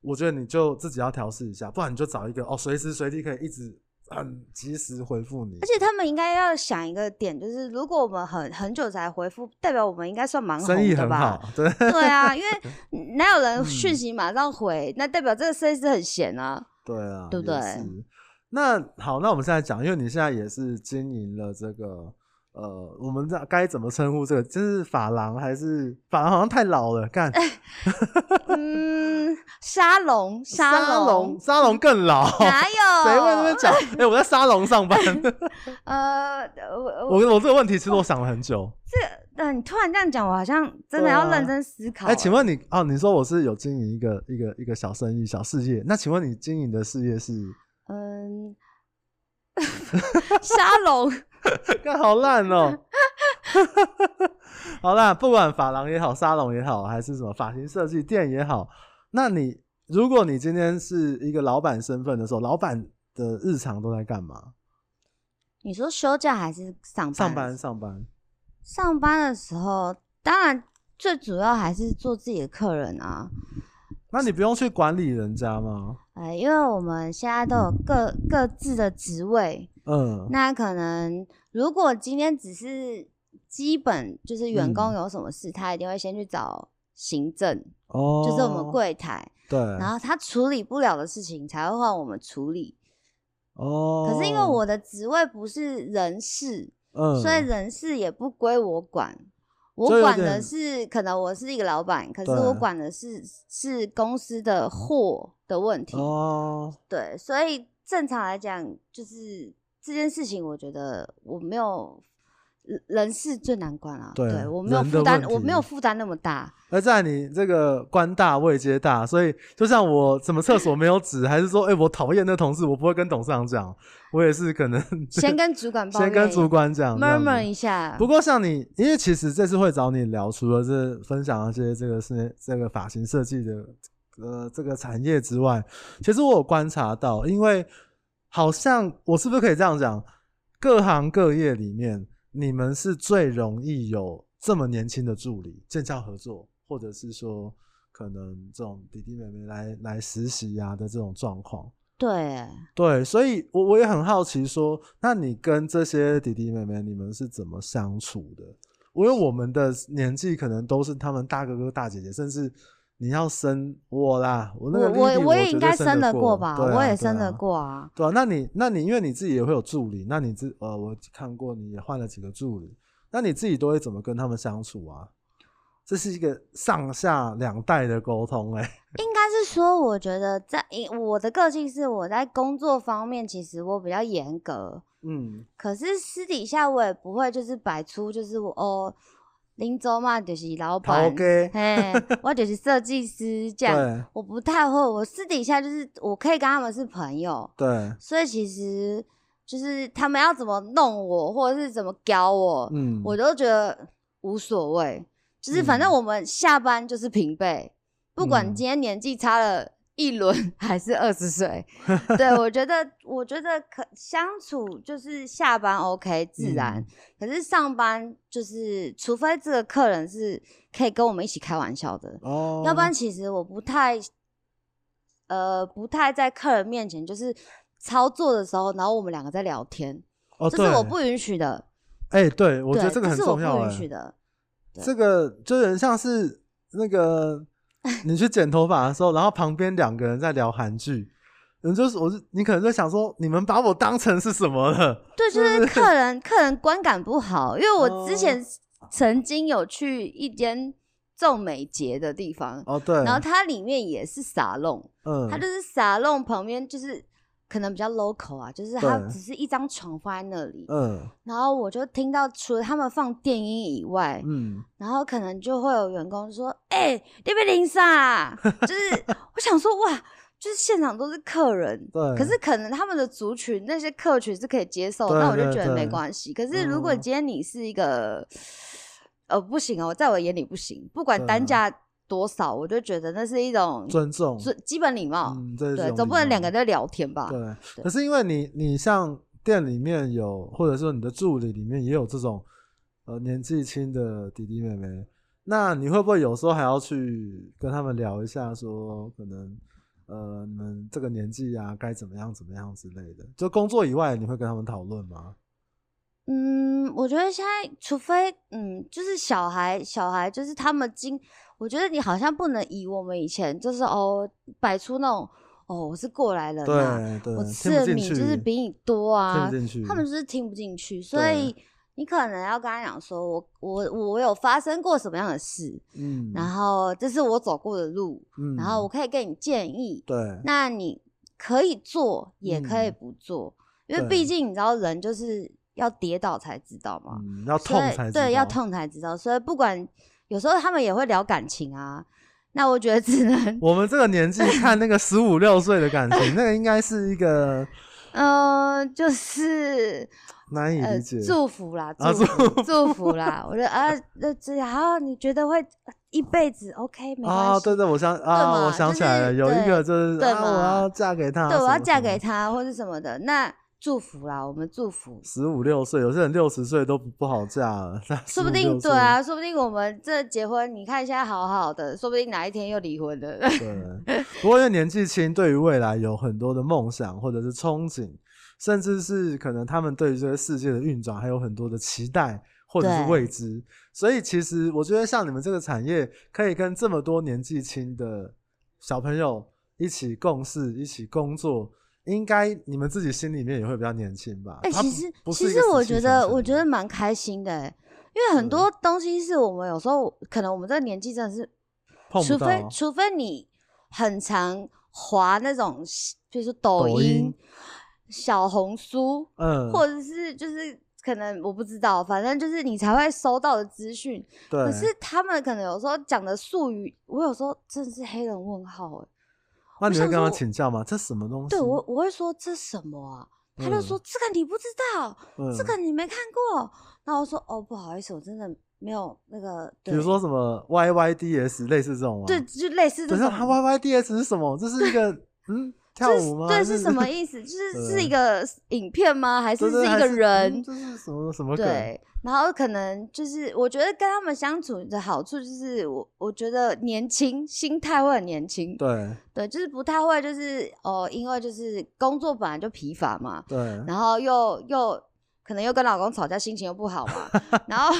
Speaker 1: 我觉得你就自己要调试一下，不然你就找一个哦，随时随地可以一直很及时回复你，
Speaker 2: 而且他们应该要想一个点，就是如果我们很很久才回复，代表我们应该算蛮红
Speaker 1: 生意
Speaker 2: 的
Speaker 1: 很
Speaker 2: 吧
Speaker 1: 好？，对。
Speaker 2: 对啊，因为哪有人
Speaker 1: 嗯
Speaker 2: 讯息马上回，那代表这个设计师很闲啊。
Speaker 1: 对啊，
Speaker 2: 对不
Speaker 1: 也
Speaker 2: 对
Speaker 1: 是那好，那我们现在讲，因为你现在也是经营了这个，呃，我们这该怎么称呼这个？就是发廊还是发廊？好像太老了，干
Speaker 2: 哎嗯，沙龙，
Speaker 1: 沙
Speaker 2: 龙
Speaker 1: 龙，，沙龙更老，
Speaker 2: 哪有？
Speaker 1: 谁会在那边讲？ 哎、我在沙龙上班，
Speaker 2: 呃，
Speaker 1: 我
Speaker 2: 我我，
Speaker 1: 我这个问题其实我想了很久。
Speaker 2: 那、你突然这样讲，我好像真的
Speaker 1: 对啊
Speaker 2: 要认真思考、
Speaker 1: 哎、请问你哦，你说我是有经营一个一个一个小生意、小事业，那请问你经营的事业是？
Speaker 2: 嗯， 沙龙，
Speaker 1: 干好烂哦！ 好啦，不管发廊也好，沙龙也好，还是什么发型设计店也好，那你如果你今天是一个老板身份的时候，老板的日常都在干嘛？
Speaker 2: 你说休假还是上班？
Speaker 1: 上班，上班。
Speaker 2: 上班的时候，当然最主要还是做自己的客人啊。
Speaker 1: 那你不用去管理人家吗？
Speaker 2: 呃，因为我们现在都有各各自的职位，
Speaker 1: 嗯，
Speaker 2: 那可能如果今天只是基本就是员工
Speaker 1: 嗯
Speaker 2: 有什么事，他一定会先去找行政，
Speaker 1: 哦，
Speaker 2: 就是我们柜台，
Speaker 1: 对，
Speaker 2: 然后他处理不了的事情才会换我们处理。
Speaker 1: 哦，
Speaker 2: 可是因为我的职位不是人事，
Speaker 1: 嗯，
Speaker 2: 所以人事也不归我管。我
Speaker 1: 就有
Speaker 2: 管的
Speaker 1: 点
Speaker 2: 是，可能我是一个老板，可是
Speaker 1: 对
Speaker 2: 我管的是是公司的货的问题。
Speaker 1: 哦，
Speaker 2: 对，所以正常来讲，就是这件事情，我觉得我没有人人事最难管了、
Speaker 1: 对
Speaker 2: 我没有
Speaker 1: 人的
Speaker 2: 负担，
Speaker 1: 问
Speaker 2: 我没有
Speaker 1: 题
Speaker 2: 负担那么大。
Speaker 1: 而在你这个官大位阶大，所以就像我什么厕所没有纸，还是说，哎、我讨厌那同事，我不会跟董事长讲，我也是可能
Speaker 2: 先跟主管抱
Speaker 1: 先
Speaker 2: 怨，
Speaker 1: 跟主管讲这样子
Speaker 2: murmur 一下。
Speaker 1: 不过像你，因为其实这次会找你聊，除了是分享一些这个是这个发型设计的呃这个产业之外，其实我有观察到，因为好像我是不是可以这样讲，各行各业里面，你们是最容易有这么年轻的助理建教合作，或者是说可能这种弟弟妹妹来来实习啊的这种状况。
Speaker 2: 对，
Speaker 1: 对，所以我我也很好奇说，那你跟这些弟弟妹妹，你们是怎么相处的？因为我们的年纪可能都是他们大哥哥大姐姐，甚至你要生我啦，我那个
Speaker 2: 我
Speaker 1: Lily
Speaker 2: 我
Speaker 1: 我
Speaker 2: 也
Speaker 1: 绝
Speaker 2: 应
Speaker 1: 对
Speaker 2: 该
Speaker 1: 生
Speaker 2: 得
Speaker 1: 过
Speaker 2: 吧，
Speaker 1: 对啊
Speaker 2: 我也
Speaker 1: 对
Speaker 2: 生得
Speaker 1: 啊
Speaker 2: 过啊。
Speaker 1: 对啊，那你那你因为你自己也会有助理，那你自呃，我看过你也换了几个助理，那你自己都会怎么跟他们相处啊？这是一个上下两代的沟通、欸，哎，
Speaker 2: 应该是说，我觉得在因我的个性是我在工作方面，其实我比较严格，
Speaker 1: 嗯，
Speaker 2: 可是私底下我也不会就是摆出就是我哦，林州嘛就是老
Speaker 1: 陶
Speaker 2: 板，
Speaker 1: 哥，
Speaker 2: 嘿，我就是设计师这样，
Speaker 1: 对
Speaker 2: 我不太会，我私底下就是我可以跟他们是朋友，
Speaker 1: 对，
Speaker 2: 所以其实就是他们要怎么弄我，或者是怎么搞我，
Speaker 1: 嗯，
Speaker 2: 我都觉得无所谓，就是反正
Speaker 1: 嗯
Speaker 2: 我们下班就是平辈，不管
Speaker 1: 嗯
Speaker 2: 今天年纪差了一轮 还是二 十岁，对我觉得我觉得可相处就是下班 OK 自然，
Speaker 1: 嗯
Speaker 2: 可是上班就是除非这个客人是可以跟我们一起开玩笑的，
Speaker 1: 哦，
Speaker 2: 要不然其实我不太，呃，不太在客人面前就是操作的时候，然后我们两个在聊天，
Speaker 1: 哦，
Speaker 2: 这是我
Speaker 1: 对
Speaker 2: 不允许的。
Speaker 1: 哎、对，我觉得
Speaker 2: 对
Speaker 1: 这个很
Speaker 2: 是
Speaker 1: 重要、
Speaker 2: 我不
Speaker 1: 哎，
Speaker 2: 允许的。对
Speaker 1: 这个就有点像是那 个你去剪头发的时候，然后旁边两个人在聊韩剧，你就是我是你可能就想说，你们把我当成是什么了？
Speaker 2: 对，就是
Speaker 1: 嗯
Speaker 2: 是客人客人观感不好，因为我
Speaker 1: 哦
Speaker 2: 之前曾经有去一间皱美睫的地方，
Speaker 1: 哦对，
Speaker 2: 然后它里面也是沙龙，
Speaker 1: 嗯，
Speaker 2: 它就是沙龙旁边就是可能比较 local 啊，就是它
Speaker 1: 对
Speaker 2: 只是一张床放在那里，
Speaker 1: 嗯
Speaker 2: 然后我就听到除了他们放电音以外，
Speaker 1: 嗯，
Speaker 2: 然后可能就会有员工说：“哎、你被淋上 啊！”就是我想说，哇，就是现场都是客人，
Speaker 1: 对
Speaker 2: 可是可能他们的族群那些客群是可以接受，
Speaker 1: 对
Speaker 2: 那我就
Speaker 1: 对
Speaker 2: 觉得没
Speaker 1: 对
Speaker 2: 关系。可是如果
Speaker 1: 嗯
Speaker 2: 今天你是一个，呃，不行哦，在我眼里不行，不管
Speaker 1: 对啊
Speaker 2: 单价多少，我就觉得那是一种
Speaker 1: 尊重，
Speaker 2: 尊基本礼貌，
Speaker 1: 嗯，这是一
Speaker 2: 对，
Speaker 1: 种
Speaker 2: 总不能
Speaker 1: 礼
Speaker 2: 两个
Speaker 1: 貌
Speaker 2: 在聊天吧？
Speaker 1: 对，
Speaker 2: 对
Speaker 1: 可是因为你你像店里面有，或者说你的助理里面也有这种呃年纪轻的弟弟妹妹，那你会不会有时候还要去跟他们聊一下说可能？呃，你们这个年纪啊，该怎么样怎么样之类的，就工作以外，你会跟他们讨论吗？
Speaker 2: 嗯，我觉得现在，除非嗯，就是小孩，小孩就是他们经，我觉得你好像不能以我们以前就是哦，摆出那种哦，我是过来人啊，
Speaker 1: 对对，
Speaker 2: 我吃
Speaker 1: 听不
Speaker 2: 的
Speaker 1: 进
Speaker 2: 米
Speaker 1: 去，
Speaker 2: 就是比你多啊
Speaker 1: 听不，进去，
Speaker 2: 他们就是听不进去，所
Speaker 1: 对
Speaker 2: 以你可能要跟他讲说，我我我有发生过什么样的事，
Speaker 1: 嗯，
Speaker 2: 然后这是我走过的路，
Speaker 1: 嗯，
Speaker 2: 然后我可以给你建议，
Speaker 1: 对，
Speaker 2: 那你可以做，也可以
Speaker 1: 嗯
Speaker 2: 不做，因为
Speaker 1: 对
Speaker 2: 毕竟你知道，人就是要跌倒才知道嘛，
Speaker 1: 嗯，要
Speaker 2: 所
Speaker 1: 痛
Speaker 2: 以
Speaker 1: 才知
Speaker 2: 对，要
Speaker 1: 道，
Speaker 2: 痛才知道。所以不管有时候他们也会聊感情啊，那我觉得只能，
Speaker 1: 我们这个年纪看那个十五六岁的感情，那个应该是一个
Speaker 2: 嗯，就是
Speaker 1: 难以
Speaker 2: 呃
Speaker 1: 理解。
Speaker 2: 祝福啦，
Speaker 1: 啊
Speaker 2: 祝福祝福啦，我觉得啊，那这然后你觉得会一辈子 OK 没
Speaker 1: 啊，
Speaker 2: 关
Speaker 1: 对
Speaker 2: 系。
Speaker 1: 对，我想啊，
Speaker 2: 嘛
Speaker 1: 我想起来了，
Speaker 2: 就是
Speaker 1: 有一
Speaker 2: 对
Speaker 1: 个就是
Speaker 2: 对
Speaker 1: 啊，
Speaker 2: 嘛
Speaker 1: 我要嫁给他，
Speaker 2: 对，我要
Speaker 1: 啊什么
Speaker 2: 嫁给。他或是什么的，那祝福啦，我们祝福。
Speaker 1: 十五六岁，有些人六十岁都不不好嫁了，
Speaker 2: 说不定对啊，说不定我们这结婚，你看现在好好的，说不定哪一天又离婚了。
Speaker 1: 15-16岁。对，不过因为年纪轻，对于未来有很多的梦想或者是憧憬，甚至是可能他们对于这个世界的运转还有很多的期待或者是
Speaker 2: 对
Speaker 1: 未知。所以其实我觉得像你们这个产业，可以跟这么多年纪轻的小朋友一起共事、一起工作，应该你们自己心里面也会比较年轻吧？
Speaker 2: 哎、
Speaker 1: 它
Speaker 2: 其
Speaker 1: 不
Speaker 2: 实
Speaker 1: 不是
Speaker 2: 其
Speaker 1: 一个
Speaker 2: 实我
Speaker 1: 死气
Speaker 2: 觉
Speaker 1: 沉
Speaker 2: 得
Speaker 1: 沉
Speaker 2: 我
Speaker 1: 的
Speaker 2: 觉得蛮开心的、欸，因为很
Speaker 1: 是
Speaker 2: 多东西是我们有时候可能我们这个年纪真的是，
Speaker 1: 碰不
Speaker 2: 除
Speaker 1: 到啊
Speaker 2: 非除非你很常滑那种，比如说抖
Speaker 1: 抖
Speaker 2: 音、
Speaker 1: 音
Speaker 2: 小红书，
Speaker 1: 嗯，
Speaker 2: 或者是就是可能我不知道，反正就是你才会收到的资讯。
Speaker 1: 对，
Speaker 2: 可是他们可能有时候讲的术语，我有时候真的是黑人问号哎、
Speaker 1: 那你会
Speaker 2: 想
Speaker 1: 跟他
Speaker 2: 说我
Speaker 1: 请教吗？这什么东西？
Speaker 2: 对我我会说这什么啊？他就
Speaker 1: 嗯
Speaker 2: 说、这个你不知道，
Speaker 1: 嗯
Speaker 2: 这个你没看过。然后我说哦，不好意思，我真的没有那个。
Speaker 1: 比
Speaker 2: 对
Speaker 1: 如说什么 YYDS 类似这种吗？啊
Speaker 2: 对，就类似这
Speaker 1: 等一
Speaker 2: 种
Speaker 1: 下，它 YYDS 是什么？这是一个嗯跳
Speaker 2: 这
Speaker 1: 舞吗？
Speaker 2: 对，
Speaker 1: 还
Speaker 2: 是什 么
Speaker 1: 思？
Speaker 2: 意思？就是
Speaker 1: 对
Speaker 2: 是一个影片吗？还是
Speaker 1: 对对
Speaker 2: 是一
Speaker 1: 还
Speaker 2: 个
Speaker 1: 是嗯
Speaker 2: 人？
Speaker 1: 这是什么什么梗？
Speaker 2: 对，然后可能就是我觉得跟他们相处的好处就是我我觉得年轻，心态会很年轻，
Speaker 1: 对
Speaker 2: 对，就是不太会就是哦、因为就是工作本来就疲乏嘛，
Speaker 1: 对
Speaker 2: 然后又又可能又跟老公吵架，心情又不 好嘛。然后，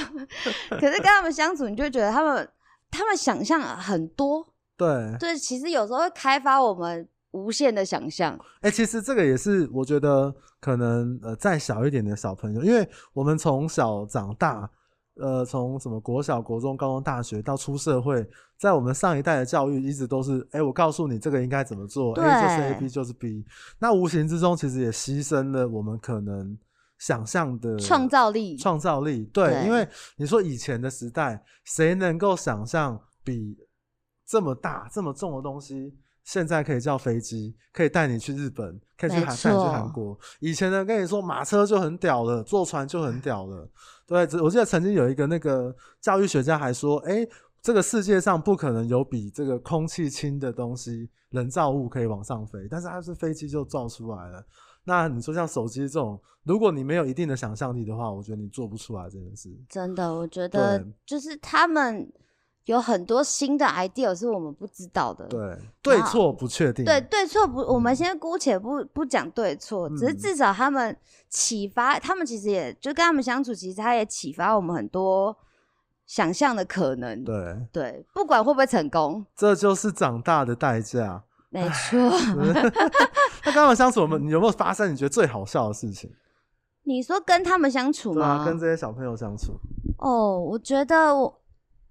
Speaker 2: 可是跟他们相处，你就会觉得他们他们想象很多，
Speaker 1: 对，
Speaker 2: 就是其实有时候会开发我们无限的想象。
Speaker 1: 哎、其实这个也是我觉得可能呃再小一点的小朋友，因为我们从小长大，呃，从什么国小、国中、高中、大学到出社会，在我们上一代的教育一直都是，哎、我告诉你这个应该怎么做，A 就是 A，B
Speaker 2: 对
Speaker 1: 就是 B。那无形之中其实也牺牲了我们可能想象的
Speaker 2: 创造力
Speaker 1: 创造力。对，
Speaker 2: 对
Speaker 1: 因为你说以前的时代，谁能够想象比这么大、这么重的东西，现在可以叫飞机，可以带你去日本，可以去
Speaker 2: 没
Speaker 1: 韩，带你去韩
Speaker 2: 错
Speaker 1: 国。以前的人跟你说马车就很屌了，坐船就很屌了。对，只我记得曾经有一个那个教育学家还说，哎、这个世界上不可能有比这个空气轻的东西，人造物可以往上飞，但是它是飞机就造出来了。那你说像手机这种，如果你没有一定的想象力的话，我觉得你做不出来这件事。
Speaker 2: 真的，我觉得
Speaker 1: 对
Speaker 2: 就是他们有很多新的 idea 是我们不知道的。
Speaker 1: 对，对错不确定。
Speaker 2: 对对错不，我们
Speaker 1: 嗯
Speaker 2: 先姑且不不讲对错，只是
Speaker 1: 嗯
Speaker 2: 至少他们启发，他们其实也就跟他们相处，其实他也启发我们很多想象的可能。
Speaker 1: 对，
Speaker 2: 对不管会不会成功，
Speaker 1: 这就是长大的代价。
Speaker 2: 没错。
Speaker 1: 那跟他们相处，我们你有没有发生你觉得最好笑的事情？
Speaker 2: 你说跟他们相处
Speaker 1: 对啊，
Speaker 2: 吗？
Speaker 1: 跟这些小朋友相处，
Speaker 2: 哦，我觉得我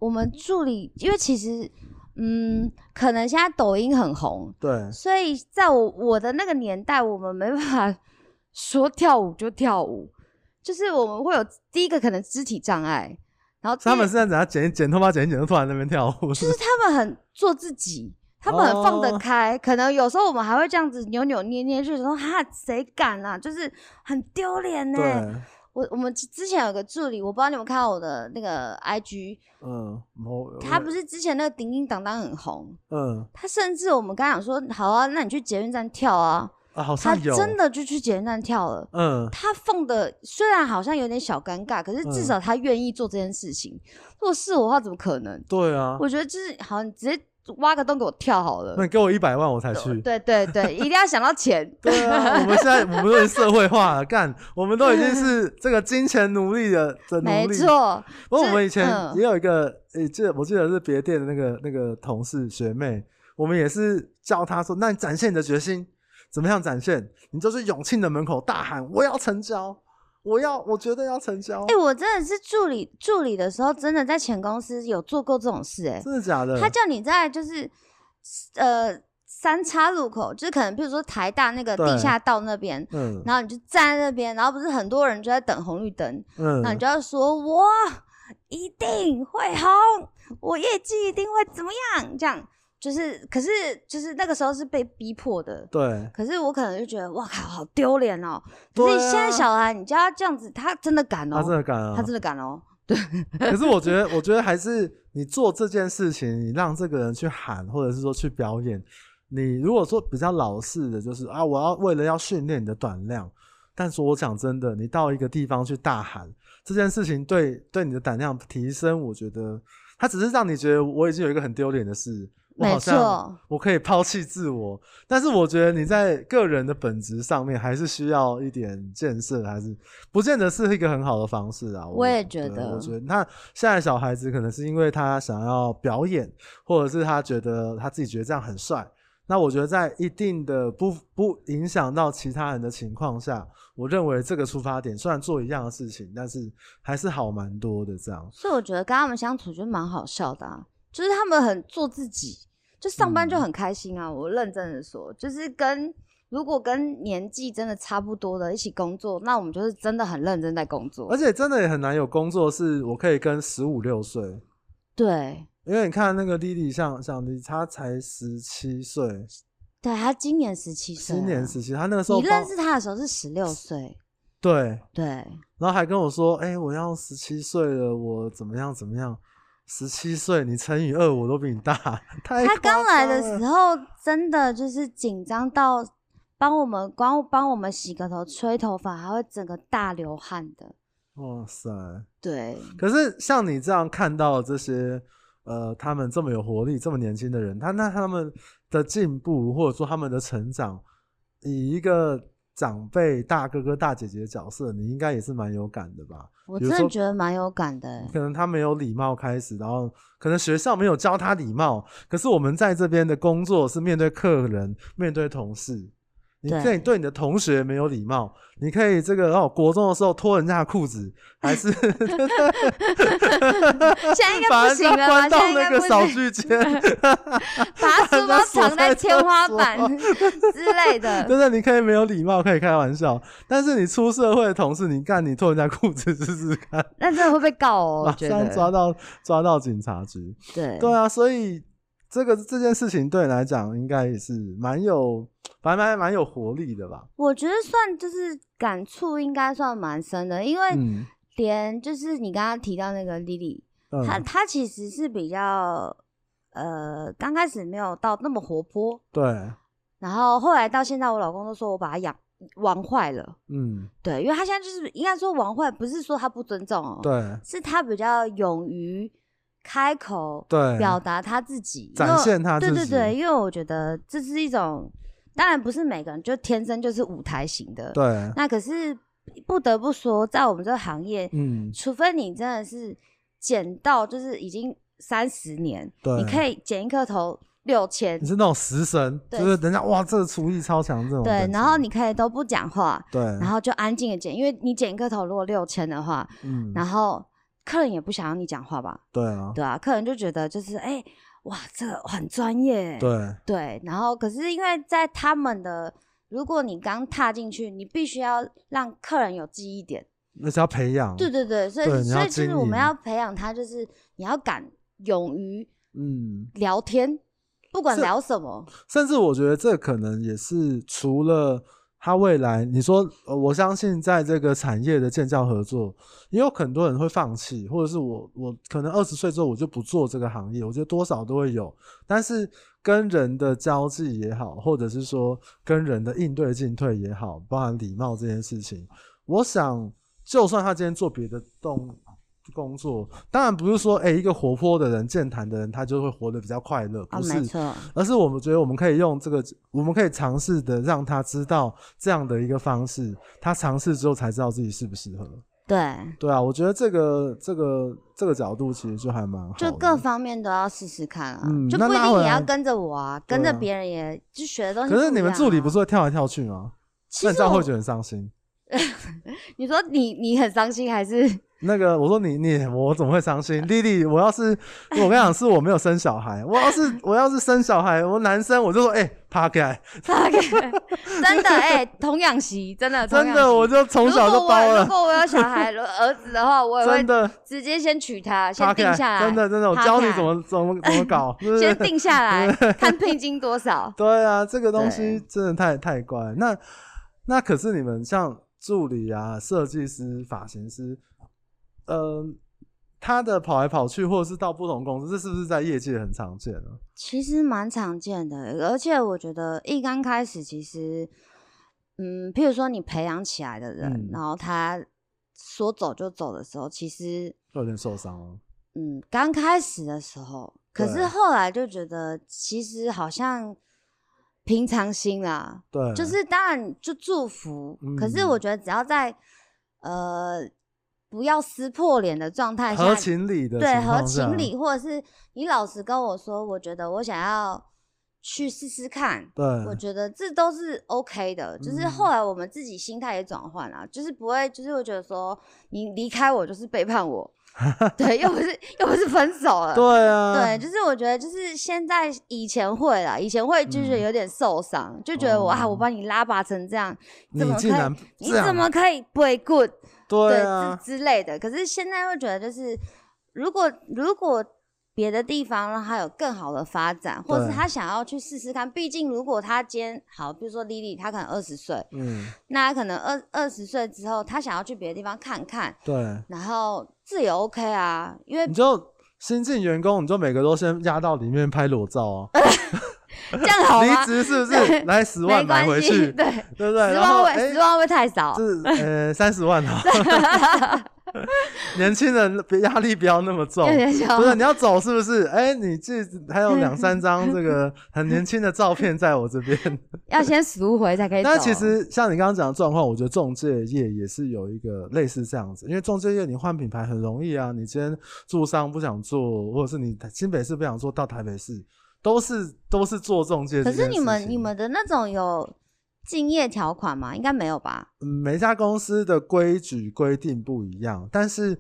Speaker 2: 我们助理，因为其实，嗯，可能现在抖音很红，
Speaker 1: 对，
Speaker 2: 所以在我我的那个年代，我们没办法 说跳舞就跳舞，就是我们会有第一个可能肢体障碍，然后第
Speaker 1: 所以他
Speaker 2: 二
Speaker 1: 们是在怎样剪剪头发剪一剪，就突然在那边跳舞，
Speaker 2: 就是他们很做自己，他们很放得
Speaker 1: 哦
Speaker 2: 开。可能有时候我们还会这样子扭扭捏捏，就想说哈，谁敢啊？就是很丢脸呢。
Speaker 1: 对，
Speaker 2: 我我们之之前有个助理，我不知道你们看到我的那个 IG，
Speaker 1: 嗯，我
Speaker 2: 他
Speaker 1: 我
Speaker 2: 不是之前那个叮叮当当很红，
Speaker 1: 嗯
Speaker 2: 他甚至我们刚想说好啊，那你去捷运站跳啊，
Speaker 1: 啊，好
Speaker 2: 他
Speaker 1: 像有
Speaker 2: 真的就去捷运站跳了。
Speaker 1: 嗯，
Speaker 2: 他放的虽然好像有点小尴尬，可是至
Speaker 1: 嗯
Speaker 2: 少他愿意做这件事情。如果是我的话，怎么可能？
Speaker 1: 对啊，
Speaker 2: 我觉得就是好，你直接挖个洞给我跳好了
Speaker 1: 那。你给我一百万我才去。
Speaker 2: 对对对，一定要想到钱。
Speaker 1: 对啊，我们现在我们都已经社会化了，干，我们都已经是这个金钱奴隶的的奴
Speaker 2: 没
Speaker 1: 隶。
Speaker 2: 错，
Speaker 1: 不过我
Speaker 2: 这
Speaker 1: 们以前
Speaker 2: 嗯
Speaker 1: 也有一个，诶、记得我记得是别店的那个那个同事学妹，我们也是叫她说，那你展现你的决心，怎么样展现？你就是永庆的门口大喊，我要成交，我要，我绝对要成交。
Speaker 2: 哎、我真的是助理助理的时候，真的在前公司有做过这种事、欸。
Speaker 1: 真的假的？
Speaker 2: 他叫你在就是呃三岔路口，就是可能比如说台大那个地
Speaker 1: 对
Speaker 2: 下道那边，
Speaker 1: 嗯
Speaker 2: 然后你就站在那边，然后不是很多人就在等红绿灯，那你
Speaker 1: 嗯，
Speaker 2: 就要说我一定会红，我业绩一定会怎么样？这样就是，可是就是那个时候是被逼迫的。
Speaker 1: 对，
Speaker 2: 可是我可能就觉得，哇靠，好丢脸哦！可
Speaker 1: 对
Speaker 2: 是
Speaker 1: 啊
Speaker 2: 现在小孩，你叫他这样子，他真的敢哦，
Speaker 1: 他真的敢啊
Speaker 2: 他。真的敢哦，
Speaker 1: 可是我觉得，我觉得还是你做这件事情，你让这个人去喊，或者是说去表演。你如果说比较老式的，就是啊，我要为了要训练你的短量。但是我讲真的，你到一个地方去大喊这件事情对，对你的胆量提升，我觉得它只是让你觉得我已经有一个很丢脸的事，我
Speaker 2: 没
Speaker 1: 好像
Speaker 2: 错，
Speaker 1: 我可以抛弃自我。但是我觉得你在个人的本质上面还是需要一点建设，还是不见得是一个很好的方式啊。
Speaker 2: 我也觉
Speaker 1: 对我
Speaker 2: 得
Speaker 1: 觉得那现在小孩子可能是因为他想要表演，或者是他觉得他自己觉得这样很帅。那我觉得在一定的不不影响到其他人的情况下，我认为这个出发点虽然做一样的事情，但是还是好蛮多的这样。
Speaker 2: 所以我觉得跟他们相处就蛮好笑的、啊，就是他们很做自己，就上班就
Speaker 1: 嗯
Speaker 2: 很开心啊。我认真的说，就是跟如果跟年纪真的差不多的一起工作，那我们就是真的很认真在工作
Speaker 1: 而。且真的也很难有工作是我可以跟十五六岁，
Speaker 2: 对，
Speaker 1: 因为你看那个莉莉，像像莉，她才十七岁，
Speaker 2: 对他今年十七岁啊，
Speaker 1: 今年十七，她那个时候
Speaker 2: 你
Speaker 1: 包
Speaker 2: 认识他的时候是十六岁，
Speaker 1: 对，
Speaker 2: 对，
Speaker 1: 然后还跟我说，哎、我要十七岁了，我怎么样怎么样？十七岁，你乘以二，我都比你大。 太
Speaker 2: 他
Speaker 1: 夸
Speaker 2: 刚来
Speaker 1: 张
Speaker 2: 的
Speaker 1: 了
Speaker 2: 时候真的就是紧张到帮我们光帮我们洗个头、吹头发，还会整个大流汗的。
Speaker 1: 哇塞！
Speaker 2: 对，
Speaker 1: 可是像你这样看到这些，呃，他们这么有活力、这么年轻的人，他那他们的进步或者说他们的成长，以一个长辈、大哥哥、大姐姐的角色，你应该也是蛮有感的吧？
Speaker 2: 我
Speaker 1: 比如
Speaker 2: 真的
Speaker 1: 说
Speaker 2: 觉得蛮有感的欸。
Speaker 1: 可能他没有礼貌开始，然后可能学校没有教他礼貌，可是我们在这边的工作是面对客人、面对同事，你
Speaker 2: 对
Speaker 1: 可以对你的同学没有礼貌，你可以这个哦，国中的时候脱人家的裤子，还是
Speaker 2: 欸现在应该
Speaker 1: 把
Speaker 2: 不
Speaker 1: 人家
Speaker 2: 行了吧？
Speaker 1: 关
Speaker 2: 现在
Speaker 1: 到
Speaker 2: 应
Speaker 1: 那
Speaker 2: 该不
Speaker 1: 个小
Speaker 2: 行，
Speaker 1: 区间，
Speaker 2: 把他书包藏在天花板
Speaker 1: 把他
Speaker 2: 之类
Speaker 1: 真
Speaker 2: 的。
Speaker 1: 的你可以没有礼貌，可以开玩笑，但是你出社会的同事，你干你脱人家裤子试试看，
Speaker 2: 那真的会被告哦，我
Speaker 1: 马
Speaker 2: 觉
Speaker 1: 上抓
Speaker 2: 得。
Speaker 1: 到抓到警察局。
Speaker 2: 对
Speaker 1: 对啊，所以这个这件事情对你来讲，应该也是蛮有，反正蛮蛮有活力的吧？
Speaker 2: 我觉得算就是感触应该算蛮深的，因为
Speaker 1: 嗯
Speaker 2: 连就是你刚刚提到那个 Lily，她
Speaker 1: 嗯，
Speaker 2: 她其实是比较呃刚开始没有到那么活泼，
Speaker 1: 对，
Speaker 2: 然后后来到现在，我老公都说我把她养玩坏了。
Speaker 1: 嗯
Speaker 2: 对，因为她现在就是应该说玩坏，不是说她不尊重哦，
Speaker 1: 对
Speaker 2: 是他比较勇于开口
Speaker 1: 对，
Speaker 2: 表达他自己，因
Speaker 1: 展
Speaker 2: 为
Speaker 1: 现他
Speaker 2: 对
Speaker 1: 自
Speaker 2: 对
Speaker 1: 己
Speaker 2: 对，因为我觉得这是一种，当然不是每个人就天生就是舞台型的，
Speaker 1: 对，
Speaker 2: 那可是不得不说，在我们这个行业，
Speaker 1: 嗯
Speaker 2: 除非你真的是剪到就是已经三十年，
Speaker 1: 对，
Speaker 2: 你可以剪一颗头六千
Speaker 1: 你，是那种食神，
Speaker 2: 对
Speaker 1: 就是人家哇，这个厨艺超强这种等
Speaker 2: 对
Speaker 1: 级，，嗯
Speaker 2: 然后你可以都不讲话，
Speaker 1: 对，
Speaker 2: 然后就安静的剪，因为你剪一颗头如果六千的话，
Speaker 1: 嗯
Speaker 2: 然后客人也不想要你讲话吧？
Speaker 1: 对啊，
Speaker 2: 对啊，客人就觉得就是哎、哇，这个很专业，
Speaker 1: 对
Speaker 2: 对，然后可是因为在他们的，如果你刚踏进去，你必须要让客人有记忆点。
Speaker 1: 那是要培养，
Speaker 2: 对对对，所以
Speaker 1: 哦对你
Speaker 2: 所
Speaker 1: 要
Speaker 2: 以就是
Speaker 1: 经
Speaker 2: 我们
Speaker 1: 营
Speaker 2: 要培养他，就是你要敢勇于
Speaker 1: 嗯，
Speaker 2: 聊天，不管
Speaker 1: 是
Speaker 2: 聊什么，
Speaker 1: 甚至我觉得这可能也是除了他未来，你说，呃我相信在这个产业的建教合作，也有很多人会放弃，或者是我我可能二十岁之后我就不做这个行业，我觉得多少都会有。但是跟人的交际也好，或者是说跟人的应对进退也好，包含礼貌这件事情，我想，就算他今天做别的动。工作当然不是说，哎、一个活泼的人、健谈的人，他就会活得比较快乐，
Speaker 2: 啊，
Speaker 1: 不是。
Speaker 2: 没错，
Speaker 1: 而是我们觉得我们可以用这个，我们可以尝试的让他知道这样的一个方式，他尝试之后才知道自己适不适合。
Speaker 2: 对，
Speaker 1: 对啊，我觉得这个这个这个角度其实就还蛮好的。
Speaker 2: 就各方面都要试试看啊，
Speaker 1: 嗯
Speaker 2: 就
Speaker 1: 那
Speaker 2: 不一
Speaker 1: 拉
Speaker 2: 定
Speaker 1: 回
Speaker 2: 也要
Speaker 1: 来
Speaker 2: 跟着我啊，
Speaker 1: 对
Speaker 2: 跟着
Speaker 1: 啊
Speaker 2: 别人也就学的东西、
Speaker 1: 可是你们助理不是
Speaker 2: 是？
Speaker 1: 会跳来跳去吗？
Speaker 2: 啊其
Speaker 1: 那你
Speaker 2: 实
Speaker 1: 这样
Speaker 2: 我
Speaker 1: 会觉得很伤心。
Speaker 2: 你说你你很伤心 还是？
Speaker 1: 那个，我说你你 我怎么会伤心？丽丽，我要是我跟你讲，是我没有生小孩。我要是我要是生小孩，我男生我就说，哎、爬起来，
Speaker 2: 大概 真的哎、童养媳真的童
Speaker 1: 真
Speaker 2: 养
Speaker 1: 的
Speaker 2: 媳
Speaker 1: 我就从小
Speaker 2: 如
Speaker 1: 就
Speaker 2: 果
Speaker 1: 包
Speaker 2: 我如
Speaker 1: 了，
Speaker 2: 果我有小孩如果儿子的话，我 也
Speaker 1: 真
Speaker 2: 会
Speaker 1: 的
Speaker 2: 直接先娶他，先
Speaker 1: 爬起
Speaker 2: 定
Speaker 1: 来，
Speaker 2: 下来，
Speaker 1: 真的真的，我
Speaker 2: 爬
Speaker 1: 教
Speaker 2: 起
Speaker 1: 你
Speaker 2: 来
Speaker 1: 怎么怎么怎么搞，是不是
Speaker 2: 先定下来， 看聘金多少。
Speaker 1: 对啊，这个东
Speaker 2: 对
Speaker 1: 西真的太太怪了。那那可是你们像助理啊、设计师、发型师，呃，他的跑来跑去，或者是到不同公司，这是不是在业界很常见啊？
Speaker 2: 其实蛮常见的，而且我觉得一刚开始，其实，嗯，譬如说你培养起来的人，
Speaker 1: 嗯
Speaker 2: 然后他说走就走的时候，其实，
Speaker 1: 会有点受伤哦。
Speaker 2: 嗯，刚开始的时候，可
Speaker 1: 对
Speaker 2: 是后来就觉得，其实好像平常心啦，
Speaker 1: 对，
Speaker 2: 就是当然就祝福，可是
Speaker 1: 嗯
Speaker 2: 我觉得只要在呃不要撕破脸的状态下，
Speaker 1: 合情理的，
Speaker 2: 对合情理，，或者是你老实跟我说，我觉得我想要去试试看，
Speaker 1: 对，
Speaker 2: 我觉得这都是 OK 的。就是
Speaker 1: 嗯
Speaker 2: 后来我们自己心态也转换了，就是不会，就是会觉得说你离开我就是背 叛我，对，又不是又不是分手了，
Speaker 1: 对啊，
Speaker 2: 对，就是我觉得就是现在以前会啦，以前会就是
Speaker 1: 嗯
Speaker 2: 有点受伤，就觉得我、啊，
Speaker 1: 哦
Speaker 2: 我把你拉拔成这样，怎
Speaker 1: 你
Speaker 2: 么可
Speaker 1: 竟
Speaker 2: 以
Speaker 1: 然
Speaker 2: 你
Speaker 1: 这样啊
Speaker 2: 怎么可以不 good
Speaker 1: 对啊？
Speaker 2: 之之类的？可是现在会觉得就是，如果如果别的地方让他有更好的发展，或是
Speaker 1: 对
Speaker 2: 他想要去试试看，毕竟如果他今天好，比如说 Lily，她可能二十岁，
Speaker 1: 嗯，
Speaker 2: 那她可能二二十岁之后，她想要去别的地方看看，
Speaker 1: 对，
Speaker 2: 然后这也 OK 啊，因为
Speaker 1: 你就新进员工，你就每个都先压到里面拍裸照啊，
Speaker 2: 这样 好吗
Speaker 1: 离？职是不 是？来十万
Speaker 2: 没
Speaker 1: 买
Speaker 2: 关
Speaker 1: 回
Speaker 2: 系，
Speaker 1: 去，
Speaker 2: 对，
Speaker 1: 对不对？
Speaker 2: 十
Speaker 1: 然后
Speaker 2: 万会
Speaker 1: 哎
Speaker 2: 十万会不会太少？
Speaker 1: 这呃三十万 啊， 年轻人别压力不要那么重
Speaker 2: 有。点哦小
Speaker 1: 不是你要走是不是？哎、你这还有两三 张这个很年轻的照片在我这边。
Speaker 2: 要先赎回才可以走。
Speaker 1: 但其实像你刚刚讲的状况，我觉得中介业也是有一个类似这样子，因为中介业你换品牌很容易啊，你今天住商不想做，或者是你新北市不想做到台北市，都是都是做中介这
Speaker 2: 可
Speaker 1: 件事
Speaker 2: 是
Speaker 1: 情。
Speaker 2: 你们你们的那种有竞业条款吗？应该没有吧？
Speaker 1: 嗯每家公司的规矩规定不一样，但是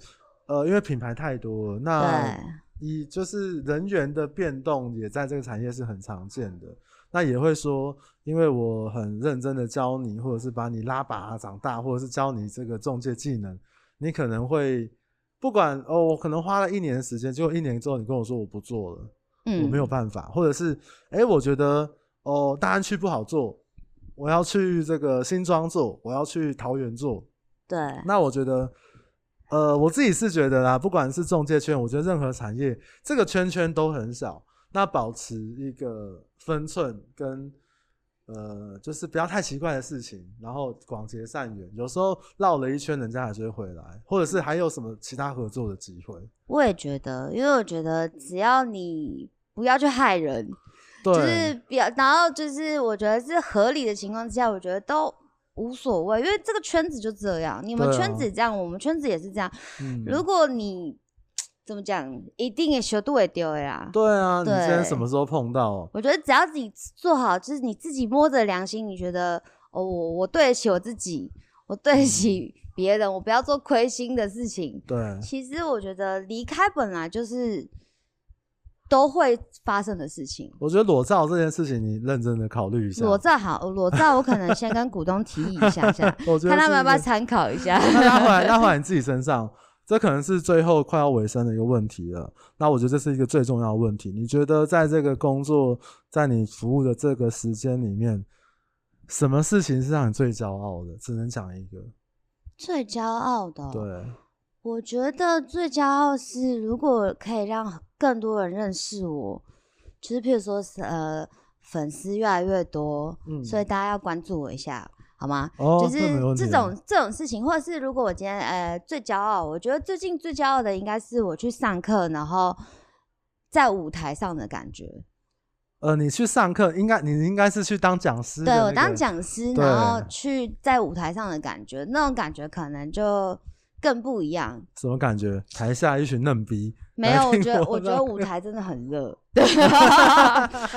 Speaker 1: 呃，因为品牌太多了，那
Speaker 2: 对，
Speaker 1: 以就是人员的变动也在这个产业是很常见的。那也会说，因为我很认真的教你，或者是把你拉拔长大，或者是教你这个中介技能，你可能会不管哦，我可能花了一年的时间，结果一年之后你跟我说我不做了，我
Speaker 2: 嗯，
Speaker 1: 没有办法，或者是哎、诶我觉得哦，大安区不好做，我要去这个新庄做，我要去桃园做。
Speaker 2: 对，
Speaker 1: 那我觉得，呃，我自己是觉得啦，不管是中介圈，我觉得任何产业这个圈圈都很小，那保持一个分寸跟。呃，就是不要太奇怪的事情，然后广结善缘。有时候绕了一圈，人家还是会回来，或者是还有什么其他合作的机会。
Speaker 2: 我也觉得，因为我觉得只要你不要去害人，
Speaker 1: 对，
Speaker 2: 就是比较，然后就是我觉得是合理的情况之下，我觉得都。无所谓，因为这个圈子就这样，你们
Speaker 1: 对啊
Speaker 2: 圈子也这样，我们圈子也是这样。
Speaker 1: 嗯
Speaker 2: 如果你怎么讲，一定也学度也丢了啦。
Speaker 1: 对啊，你今天
Speaker 2: 对
Speaker 1: 什么时候碰到？
Speaker 2: 我觉得只要自己做好，就是你自己摸着良心，你觉得哦，我我对得起我自己，我对得起别人，我不要做亏心的事情。
Speaker 1: 对，
Speaker 2: 其实我觉得离开本来就是都会发生的事情。
Speaker 1: 我觉得裸照这件事情，你认真的考虑一下。
Speaker 2: 裸照好，裸照我可能先跟股东提议一下下，
Speaker 1: 我觉得
Speaker 2: 看
Speaker 1: 是一
Speaker 2: 他们要不要
Speaker 1: 个哦
Speaker 2: 参考一下。
Speaker 1: 那拉回来，拉回来你自己身上，这可能是最后快要尾声的一个问题了。那我觉得这是一个最重要的问题。你觉得在这个工作，在你服务的这个时间里面，什么事情是让你最骄傲的？只能讲一个。
Speaker 2: 最骄傲的哦、
Speaker 1: 对，
Speaker 2: 我觉得最骄傲是，如果可以让更多人认识我，就是譬如说是呃粉丝越来越多，
Speaker 1: 嗯
Speaker 2: 所以大家要关注我一下，好吗？
Speaker 1: 哦
Speaker 2: 就
Speaker 1: 这
Speaker 2: 是
Speaker 1: 没问
Speaker 2: 这
Speaker 1: 题
Speaker 2: 种这种事情，或者是如果我今天呃最骄傲，我觉得最近最骄傲的应该是我去上课，然后在舞台上的感觉。
Speaker 1: 呃，你去上课，应该你应该是去当讲师、
Speaker 2: 对我当，讲师，
Speaker 1: 对
Speaker 2: 然后去在舞台上的感觉，那种感觉可能就更不一样。
Speaker 1: 什么感觉？台下一群嫩逼，
Speaker 2: 没
Speaker 1: 来
Speaker 2: 有，我
Speaker 1: 听
Speaker 2: 觉得
Speaker 1: 我
Speaker 2: 我觉得
Speaker 1: 的
Speaker 2: 舞台真的很 热，对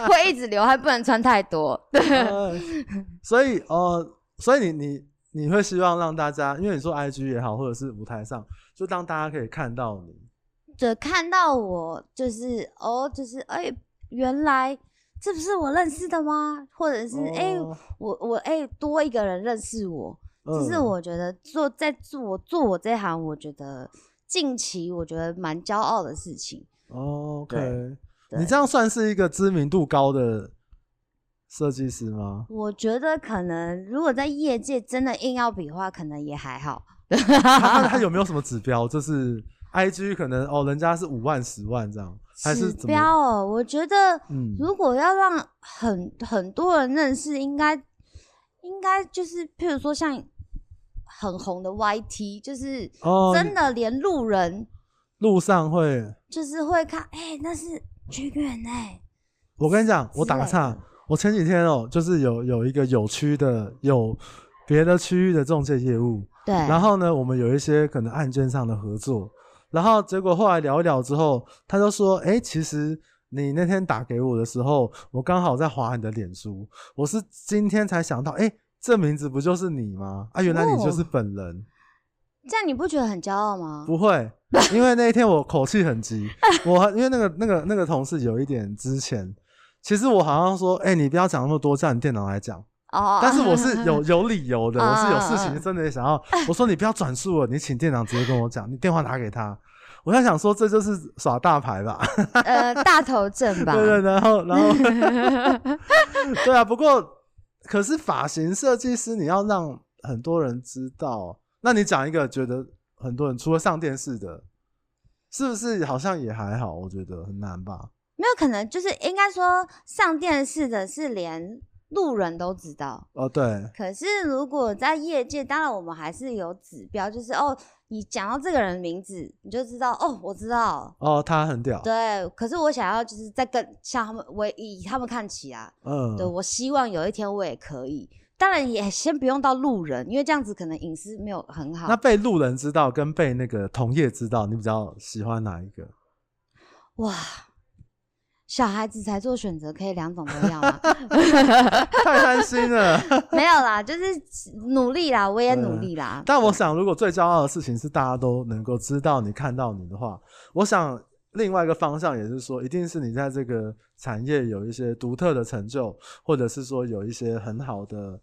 Speaker 2: 会一直流汗，不能穿太多。对，
Speaker 1: 呃 所以呃，所以你你你会希望让大家，因为你说 IG 也好，或者是舞台上，就让大家可以看到你。
Speaker 2: 就看到我就是哦，就是哎、原来这不是我认识的吗？或者是哎、
Speaker 1: 哦
Speaker 2: 我我哎、多一个人认识我，这是
Speaker 1: 嗯
Speaker 2: 我觉得做在做我做我这行，我觉得近期我觉得蛮骄傲的事情。
Speaker 1: 哦，OK，
Speaker 2: 对
Speaker 1: 你这样算是一个知名度高的设计师 吗？
Speaker 2: 我觉得可能如果在业界真的硬要比的话，可能也还好。
Speaker 1: 他他有没有什么指标？就是 IG 可能哦，人家是五万、十万这样，还是
Speaker 2: 指
Speaker 1: 怎么？
Speaker 2: 标哦，我觉得
Speaker 1: 嗯，
Speaker 2: 如果要让很很多人认识，应该应该就是，譬如说像很红的 YT，就是
Speaker 1: 哦
Speaker 2: 真的连路人
Speaker 1: 路上会，
Speaker 2: 就是会看，哎、那是剧院哎，
Speaker 1: 我跟你讲，我
Speaker 2: 之
Speaker 1: 打个
Speaker 2: 类
Speaker 1: 岔
Speaker 2: 的，
Speaker 1: 我前几天哦，就是有有一个有区的有别的区域的中介业务，
Speaker 2: 对，
Speaker 1: 然后呢，我们有一些可能案件上的合作，然后结果后来聊一聊之后，他就说：“哎，其实你那天打给我的时候，我刚好在划你的脸书，我是今天才想到，哎，这名字不就是你吗？啊，原来你就是本人。
Speaker 2: 这样你不觉得很骄傲吗？
Speaker 1: 不会，因为那一天我口气很急，我因为那个那个那个同事有一点之前。其实我好像说，哎、你不要讲那么多，叫你电脑来讲。
Speaker 2: 哦，
Speaker 1: 但是我是有有理由的，我是有事
Speaker 2: 嗯嗯
Speaker 1: 情
Speaker 2: 嗯
Speaker 1: 真的想要。我说你不要转述了，你请店长直接跟我讲，你电话打给他。我在想说这就是耍大牌吧，
Speaker 2: 呃大头症吧，
Speaker 1: 对对，然后然后 对啊，不过可是发型设计师你要让很多人知道，那你讲一个觉得很多人除了上电视的，是不是好像也还好？我觉得很难吧。
Speaker 2: 没有可能就是应该说上电视的是连路人都知道。
Speaker 1: 哦，对，
Speaker 2: 可是如果在业界，当然我们还是有指标，就是哦，你讲到这个人的名字，你就知道哦，我知道。
Speaker 1: 哦，他很屌，
Speaker 2: 对，可是我想要就是再更向他们，我以他们看齐啊。
Speaker 1: 嗯，
Speaker 2: 对，我希望有一天我也可以。当然也先不用到路人，因为这样子可能隐私没有很好
Speaker 1: 那。被路人知道跟被那个同业知道，你比较喜欢哪一个？
Speaker 2: 哇，小孩子才做选择，可以两种都要吗？
Speaker 1: 太贪心了。
Speaker 2: 没有啦，就是努力啦，我也努
Speaker 1: 嗯
Speaker 2: 力啦。
Speaker 1: 但我想，如果最骄傲的事情是大家都能够知道你、看到你的话，我想另外一个方向也是说，一定是你在这个产业有一些独特的成就，或者是说有一些很好的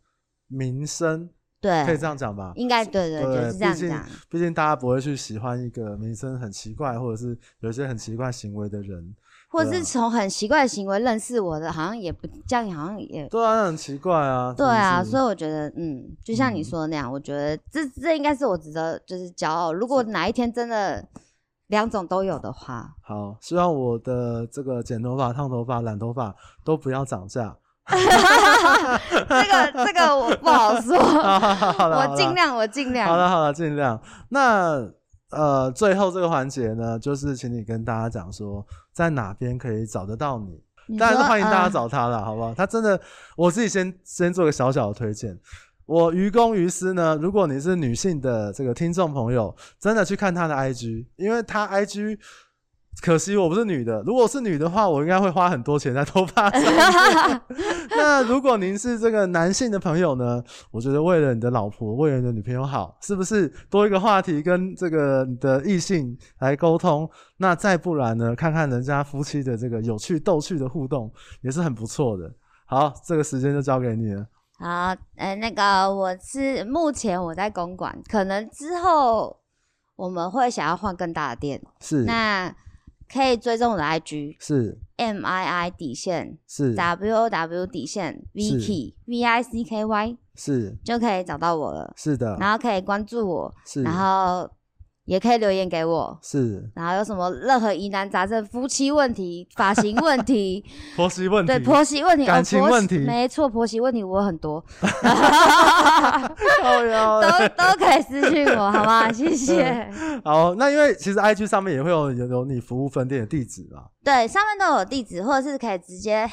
Speaker 1: 名声，可以
Speaker 2: 对
Speaker 1: 这，样讲吧？
Speaker 2: 应该对对对，就是这样
Speaker 1: 毕竟
Speaker 2: 讲。
Speaker 1: 毕竟大家不会去喜欢一个名声很奇怪，或者是有一些很奇怪行为的人。
Speaker 2: 或
Speaker 1: 对啊
Speaker 2: 是从很奇怪的行为认识我的，好像也不这样，好像也
Speaker 1: 对啊，那很奇怪啊。是不
Speaker 2: 对啊。
Speaker 1: 是
Speaker 2: 所以我觉得，嗯，就像你
Speaker 1: 嗯
Speaker 2: 说的那样，我觉得这这应该是我值得就是骄傲。如果哪一天真的两种都有 的话，
Speaker 1: 好，希望我的这个剪头发、烫头发、染头发都不要涨价。
Speaker 2: 这个这个我不好说，
Speaker 1: 好好好好了，
Speaker 2: 我尽量我尽量。
Speaker 1: 好了好了，尽量。那呃，最后这个环节呢，就是请你跟大家讲说，在哪边可以找得到你。
Speaker 2: 你
Speaker 1: 当然
Speaker 2: 说
Speaker 1: 是欢迎大家
Speaker 2: 呃
Speaker 1: 找他了，好不好？他真的，我自己先先做个小小的推荐。我于公于私呢，如果你是女性的这个听众朋友，真的去看他的 IG，因为他 IG 可惜我不是女的，如果是女的话，我应该会花很多钱在头发上面。 那如果您是这个男性的朋友呢？我觉得为了你的老婆，为了你的女朋友好，是不是多一个话题跟这个你的异性来沟通？那再不然呢，看看人家夫妻的这个有趣逗趣的互动，也是很不错的。好，这个时间就交给你了。
Speaker 2: 好，呃，那个我是目前我在公馆，可能之后我们会想要换更大的店，
Speaker 1: 是
Speaker 2: 那可以追踪我的 IG
Speaker 1: 是
Speaker 2: M I I 底线
Speaker 1: 是
Speaker 2: W O W 底线 Vicky V I C K Y
Speaker 1: 是
Speaker 2: 就可以找到我了，
Speaker 1: 是的，
Speaker 2: 然后可以关注我，
Speaker 1: 是
Speaker 2: 然后也可以留言给我。
Speaker 1: 是
Speaker 2: 然后有什么任何疑难杂症、夫妻问题、发型问题，
Speaker 1: 婆媳问题，
Speaker 2: 对婆媳问题、
Speaker 1: 感
Speaker 2: 哦
Speaker 1: 情
Speaker 2: 婆媳
Speaker 1: 问题
Speaker 2: 没错，婆媳问题我很多，
Speaker 1: 靠腰
Speaker 2: 都
Speaker 1: 欸
Speaker 2: 都可以私信我，好吗？谢谢。
Speaker 1: 嗯好，那因为其实 IG 上面也会有有有你服务分店的地址嘛，
Speaker 2: 对，上面都有地址，或者是可以直接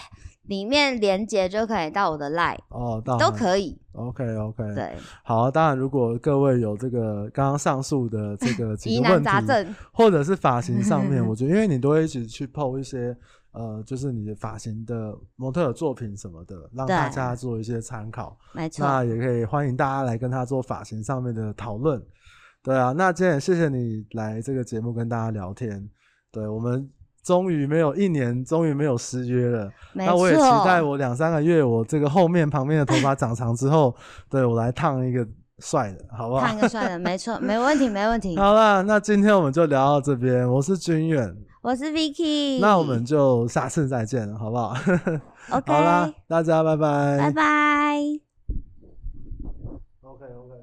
Speaker 2: 里面连接就可以到我的 line，
Speaker 1: 哦，嗯当然
Speaker 2: 都可以。
Speaker 1: OK OK，，
Speaker 2: 对，
Speaker 1: 好，当然如果各位有这个刚刚上述的这 个几
Speaker 2: 疑
Speaker 1: 个问
Speaker 2: 难
Speaker 1: 题，
Speaker 2: 杂症，
Speaker 1: 或者是发型上 面，我觉得因为你都会一直去 PO 一些呃，就是你的发型的模特儿作品什么的，让
Speaker 2: 对
Speaker 1: 大家做一些参考。
Speaker 2: 没错。
Speaker 1: 那也可以欢迎大家来跟他做发型上面的讨论。对啊，那今天也谢谢你来这个节目跟大家聊天。对我们终于没有一年，终于没有失约了。
Speaker 2: 没
Speaker 1: 那我也期待
Speaker 2: 错，
Speaker 1: 我两三个月，我这个后面旁边的头发长长之后，对我来烫一个帅的，好不好
Speaker 2: 看？个帅的，没错，没问题，没问题。
Speaker 1: 啊好啦，那今天我们就聊到这边。我是君远，
Speaker 2: 我是 Vicky，
Speaker 1: 那我们就下次再见了，好不好？ 哎
Speaker 2: OK，
Speaker 1: 好啦，大家拜
Speaker 2: 拜拜。
Speaker 1: OK OK。